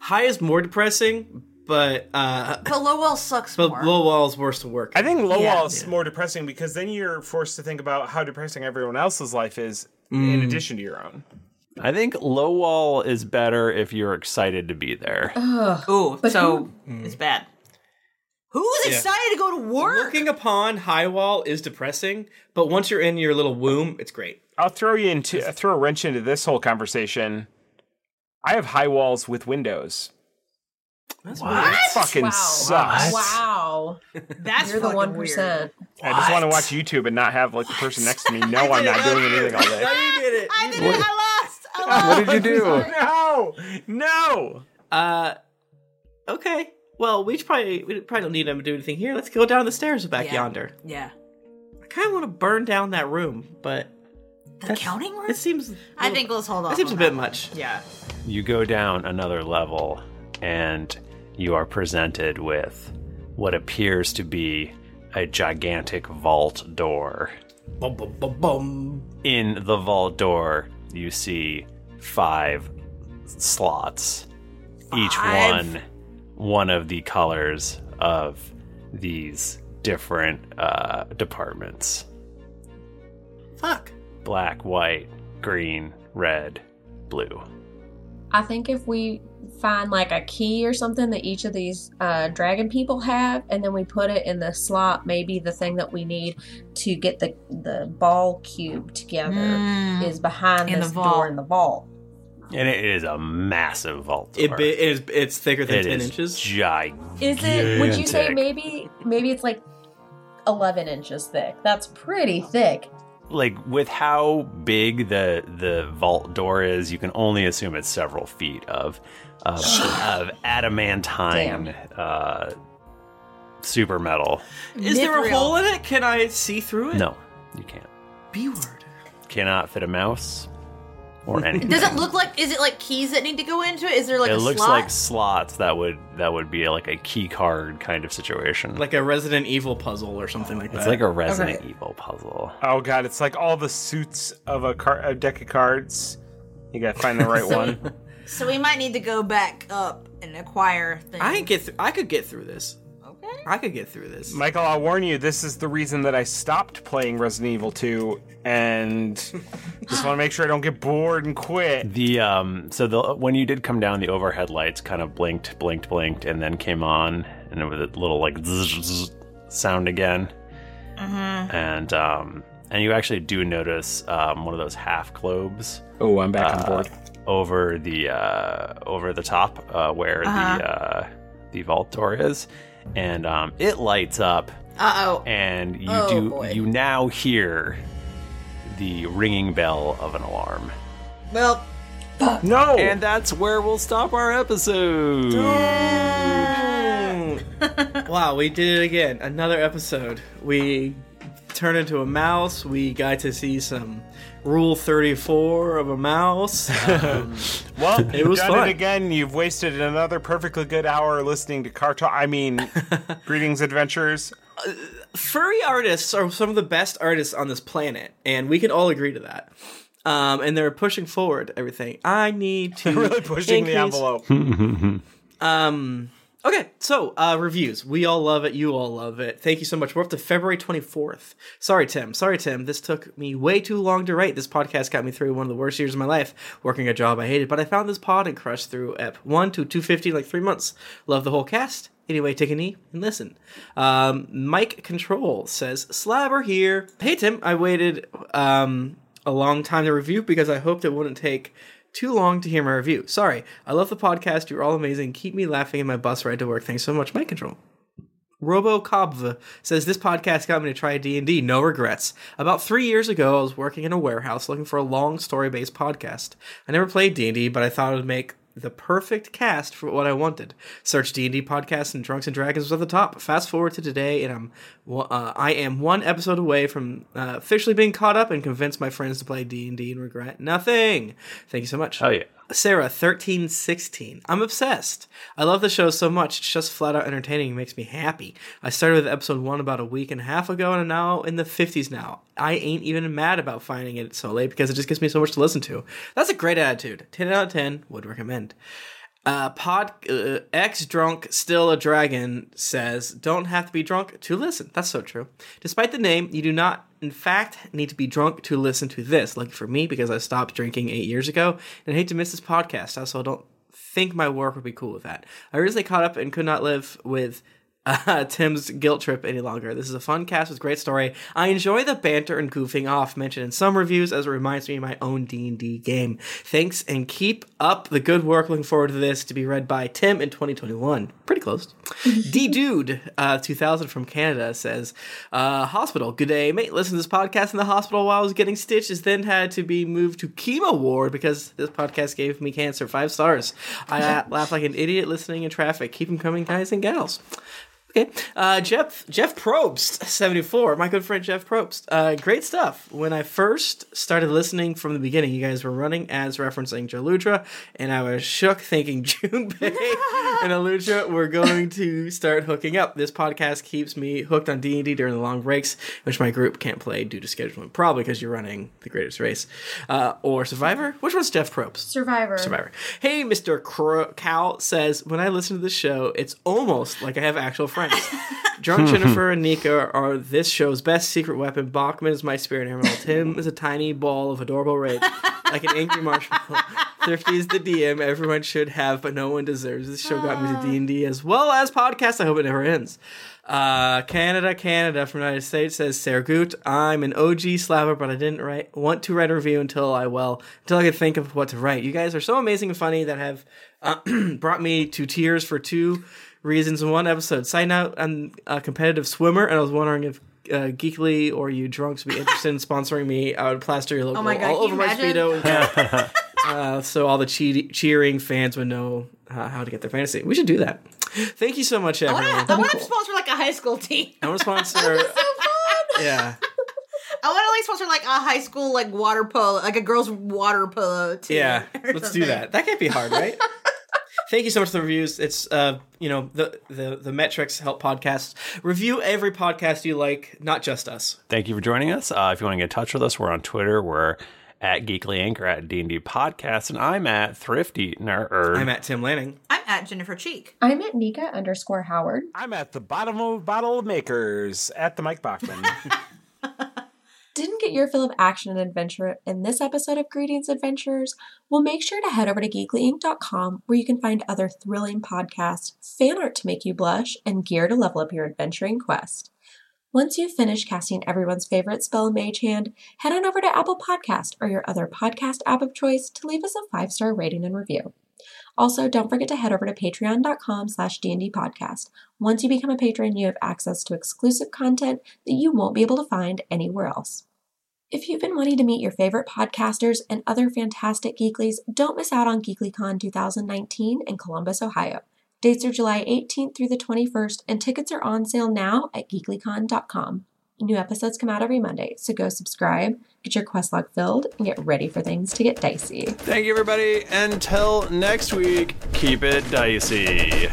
[SPEAKER 5] High is more depressing, but uh,
[SPEAKER 2] But low wall sucks
[SPEAKER 5] but
[SPEAKER 2] more.
[SPEAKER 5] low wall is worse to work.
[SPEAKER 4] I think low
[SPEAKER 5] Yeah.
[SPEAKER 4] wall is more depressing because then you're forced to think about how depressing everyone else's life is in
[SPEAKER 1] Mm.
[SPEAKER 4] addition to your own.
[SPEAKER 1] I think low wall is better if you're excited to be there.
[SPEAKER 2] Ooh,
[SPEAKER 5] but
[SPEAKER 2] so
[SPEAKER 1] who-
[SPEAKER 2] it's bad. Who's
[SPEAKER 5] Yeah.
[SPEAKER 2] excited to go to work?
[SPEAKER 5] Looking upon high wall is depressing, but once you're in your little womb, it's great.
[SPEAKER 4] I'll throw you into I'll throw a wrench into this whole conversation. I have high walls with windows.
[SPEAKER 5] That's
[SPEAKER 4] It fucking sucks.
[SPEAKER 3] [LAUGHS] Wow.
[SPEAKER 2] That's
[SPEAKER 3] You're the one percent.
[SPEAKER 4] I just want to watch YouTube and not have like the person next
[SPEAKER 5] [LAUGHS]
[SPEAKER 4] to me know I'm not doing anything all day.
[SPEAKER 5] you get it.
[SPEAKER 2] I
[SPEAKER 4] Oh, did it.
[SPEAKER 2] I lost.
[SPEAKER 4] What did you do?
[SPEAKER 5] [LAUGHS] No,
[SPEAKER 4] no.
[SPEAKER 5] Uh, okay. Well, we should probably we probably don't need them to do anything here. Let's go down the stairs back
[SPEAKER 2] Yeah.
[SPEAKER 5] yonder.
[SPEAKER 2] Yeah.
[SPEAKER 5] I kind of want to burn down that room, but
[SPEAKER 2] The counting room?
[SPEAKER 5] It seems.
[SPEAKER 2] I think let's hold on.
[SPEAKER 5] that seems a bit much.
[SPEAKER 2] Yeah.
[SPEAKER 1] You go down another level and you are presented with what appears to be a gigantic vault door.
[SPEAKER 5] Bum, bum, bum, bum.
[SPEAKER 1] In the vault door, you see five slots, each
[SPEAKER 5] Five?
[SPEAKER 1] one one of the colors of these different uh, departments.
[SPEAKER 5] Fuck.
[SPEAKER 1] Black, white, green, red, blue.
[SPEAKER 3] I think if we find like a key or something that each of these uh, dragon people have, and then we put it in the slot, maybe the thing that we need to get the the ball cube together
[SPEAKER 2] Mm.
[SPEAKER 3] is behind
[SPEAKER 2] In the
[SPEAKER 3] this
[SPEAKER 2] vault.
[SPEAKER 3] door in the vault.
[SPEAKER 1] And it is a massive vault.
[SPEAKER 5] It bi- it is, it's thicker than
[SPEAKER 1] It
[SPEAKER 5] 10
[SPEAKER 1] is
[SPEAKER 5] inches.
[SPEAKER 1] Gigantic.
[SPEAKER 3] Is it? Would you say maybe maybe it's like eleven inches thick? That's pretty thick.
[SPEAKER 1] like with how big the the vault door is, you can only assume it's several feet of of, of adamantine uh, super metal.
[SPEAKER 5] Is there a
[SPEAKER 14] Mithril.
[SPEAKER 5] hole in it? Can I see through it?
[SPEAKER 1] No, you can't.
[SPEAKER 5] B word.
[SPEAKER 1] Cannot fit a mouse or anything.
[SPEAKER 2] Does it look like? Is it like keys that need to go into it? Is there like
[SPEAKER 1] it
[SPEAKER 2] a
[SPEAKER 1] looks
[SPEAKER 2] slot?
[SPEAKER 1] like slots that would that would be like a key card kind of situation.
[SPEAKER 5] [LAUGHS] Like a Resident Evil puzzle or something like that.
[SPEAKER 1] it's like a Resident Evil puzzle.
[SPEAKER 4] Oh god, it's like all the suits of a, car- a deck of cards. You gotta find the right
[SPEAKER 2] So-
[SPEAKER 4] one.
[SPEAKER 2] so we might need to go back up and acquire things.
[SPEAKER 5] I can get. Th- I could get through this. Okay. I could get through this.
[SPEAKER 4] Michael, I'll warn you, this is the reason that I stopped playing Resident Evil 2
[SPEAKER 3] [LAUGHS]
[SPEAKER 4] and just want to make sure I don't get bored and quit.
[SPEAKER 1] The um so the when you did come down the overhead lights kind of blinked blinked blinked and then came on and it was a little like zzz, zzz sound again
[SPEAKER 17] Mhm.
[SPEAKER 1] and um and you actually do notice um one of those half globes
[SPEAKER 16] Oh, I'm back
[SPEAKER 1] uh,
[SPEAKER 16] on board.
[SPEAKER 1] over the uh over the top uh where
[SPEAKER 2] Uh-huh.
[SPEAKER 1] the uh the vault door is and um it lights up
[SPEAKER 2] Uh oh.
[SPEAKER 1] and you
[SPEAKER 2] Oh,
[SPEAKER 1] do
[SPEAKER 2] boy.
[SPEAKER 1] you now hear the ringing bell of an alarm
[SPEAKER 2] Well,
[SPEAKER 4] no.
[SPEAKER 1] And that's where we'll stop our episode.
[SPEAKER 5] wow, we did it again. Another episode. We turn into a mouse. We got to see some Rule 34 of
[SPEAKER 4] [LAUGHS]
[SPEAKER 5] a mouse. Um,
[SPEAKER 3] [LAUGHS]
[SPEAKER 4] Well,
[SPEAKER 5] it was
[SPEAKER 4] done
[SPEAKER 5] fun.
[SPEAKER 4] it again. You've wasted another perfectly good hour listening to Car Talk. I mean, greetings, adventurers.
[SPEAKER 5] Uh, furry artists are some of the best artists on this planet, and we can all agree to that. Um, and they're pushing forward everything.
[SPEAKER 4] [LAUGHS]
[SPEAKER 5] I need to
[SPEAKER 4] Really pushing the
[SPEAKER 5] increase-
[SPEAKER 4] envelope.
[SPEAKER 5] Um, okay, so uh, reviews. We all love it. You all love it. Thank you so much. We're up to February 24th. Sorry, Tim. Sorry, Tim. This took me way too long to write. This podcast got me through one of the worst years of my life, working a job I hated. But I found this pod and crushed through EP 1 to 250 in like three months. Love the whole cast. Anyway, take a knee and listen. Um, Mike Control says, Slabber here. Hey, Tim. I waited um, a long time to review because I hoped it wouldn't take too long to hear my review. Sorry. I love the podcast. You're all amazing. Keep me laughing in my bus ride to work. Thanks so much, Mind Control. RoboCobv says this podcast got me to try D&D, no regrets. About 3 years ago, I was working in a warehouse looking for a long story-based podcast. I never played D&D, but I thought it would make the perfect cast for what I wanted. Search D&D podcast and Drunks and Dragons was at the top. Fast forward to today and I'm wa- uh, I am one episode away from uh, officially being caught up and convinced my friends to play D&D and regret nothing. Thank you so much.
[SPEAKER 1] Oh yeah.
[SPEAKER 5] Sarah, thirteen sixteen. I'm obsessed. I love the show so much. It's just flat out entertaining. It makes me happy. I started with episode one about a week and a half ago, and I'm now in the fifties. Now I ain't even mad about finding it so late because it just gives me so much to listen to. That's a great attitude. Ten out of ten. Would recommend. Uh, pod uh, ex drunk still a dragon says don't have to be drunk to listen. That's so true. Despite the name, you do not, in fact, need to be drunk to listen to this. Like for me, because I stopped drinking eight years ago, and I hate to miss this podcast. Also, I don't think my work would be cool with that. I recently caught up and could not live with uh, [LAUGHS] Tim's guilt trip any longer. This is a fun cast with great story. I enjoy the banter and goofing off mentioned in some reviews as it reminds me of my own D&D game. Thanks and keep up the good work. Looking forward to this to be read by Tim in 2021. Pretty close. D Dude uh, 2000 from Canada says, uh, Hospital, good day, mate. Listen to this podcast in the hospital while I was getting stitches, then had to be moved to chemo ward because this podcast gave me cancer. Five stars. I uh, [LAUGHS] laughed like an idiot listening in traffic. Keep them coming, guys and gals. Okay. Uh, Jeff Jeff Probst, 74, my good friend Jeff Probst. Uh, great stuff. When I first started listening from the beginning, you guys were running ads referencing Jaludra, and I was shook thinking [LAUGHS] Junpei and Aludra were going to start hooking up. This podcast keeps me hooked on D&D during the long breaks, which my group can't play due to scheduling, probably because you're running The Greatest Race. Uh, or Survivor? Which one's Jeff Probst?
[SPEAKER 3] Survivor.
[SPEAKER 5] Survivor. Hey, Mr. Crow- Cow says, when I listen to this show, it's almost like I have actual friends. Drunk Jennifer and Nika are this show's best secret weapon. Bachman is my spirit animal. Tim is a tiny ball of adorable rage, like an angry marshmallow. Thrifty is the DM
[SPEAKER 2] Ah.
[SPEAKER 5] everyone should have, but no one deserves. This show got me to D and D as well as podcasts. I hope it never ends. Uh, Uh, Canada, Canada from United States says Sergut. I'm an OG slapper, but I didn't write want to write a review until I well until I could think of what to write. You guys are so amazing and funny that have uh, [CLEARS THROAT] brought me to tears for two reasons in one episode. Sign out. I'm a competitive swimmer, and I was wondering if uh, Geekly or you drunks would be interested in sponsoring me. I would plaster your logo
[SPEAKER 2] Oh my God,
[SPEAKER 5] all
[SPEAKER 2] can
[SPEAKER 5] over
[SPEAKER 2] you
[SPEAKER 5] my
[SPEAKER 2] imagine?
[SPEAKER 5] speedo, and- [LAUGHS] uh, so all the che- cheering fans would know uh, how to get their fantasy. We should do that. Thank you so much, everyone.
[SPEAKER 2] I want to sponsor like a high
[SPEAKER 5] [LAUGHS]
[SPEAKER 2] school team. [LAUGHS]
[SPEAKER 5] I want to sponsor. yeah.
[SPEAKER 2] I want to like sponsor like a high school like water polo, like a girls' water polo team.
[SPEAKER 5] Yeah.
[SPEAKER 2] [LAUGHS] or
[SPEAKER 5] Let's do
[SPEAKER 2] something.
[SPEAKER 5] that. That can't be hard,
[SPEAKER 2] [LAUGHS]
[SPEAKER 5] right? Thank you so much for the reviews. It's uh, you know, the the the metrics help podcasts. Review every podcast you like, not just us.
[SPEAKER 1] Thank you for joining us. Uh, if you want to get in touch with us, we're on Twitter. We're at Geekly Anchor at D&D Podcast, and I'm at Thrifty. I'm
[SPEAKER 5] at Tim Lanning.
[SPEAKER 2] I'm at Jennifer Cheek.
[SPEAKER 3] [LAUGHS] I'm at Nika underscore Howard.
[SPEAKER 4] I'm at the bottom of bottle makers at the Mike
[SPEAKER 3] [LAUGHS]
[SPEAKER 4] Bachman.
[SPEAKER 3] Didn't get your fill of action and adventure in this episode of Greetings Adventures? Well, make sure to head over to geeklyinc.com where you can find other thrilling podcasts, fan art to make you blush, and gear to level up your adventuring quest. Once you've finished casting everyone's favorite spell and mage hand, head on over to Apple Podcast or your other podcast app of choice to leave us a five-star rating and review. Also, don't forget to head over to patreon.com slash D&D podcast. Once you become a patron, you have access to exclusive content that you won't be able to find anywhere else. If you've been wanting to meet your favorite podcasters and other fantastic geeklies, don't miss out on GeeklyCon 2019 in Columbus, Ohio. Dates are July 18th through the 21st, and tickets are on sale now at geeklycon.com. New episodes come out every Monday, so go subscribe, get your quest log filled, and get ready for things to get dicey.
[SPEAKER 1] Thank you, everybody. Until next week, keep it dicey.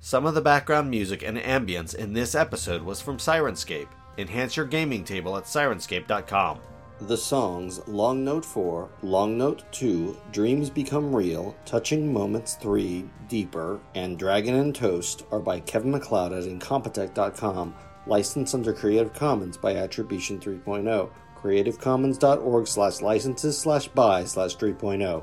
[SPEAKER 18] Some of the background music and ambience in this episode was from Sirenscape. Enhance your gaming table at sirenscape.com.
[SPEAKER 19] The songs Long Note 4, Long Note 2, Dreams Become Real, Touching Moments 3, Deeper, and Dragon and Toast are by Kevin McLeod at Incompetech.com, licensed under Creative Commons by Attribution oh. 3.0, creativecommons.org slash licenses slash buy slash oh. 3.0.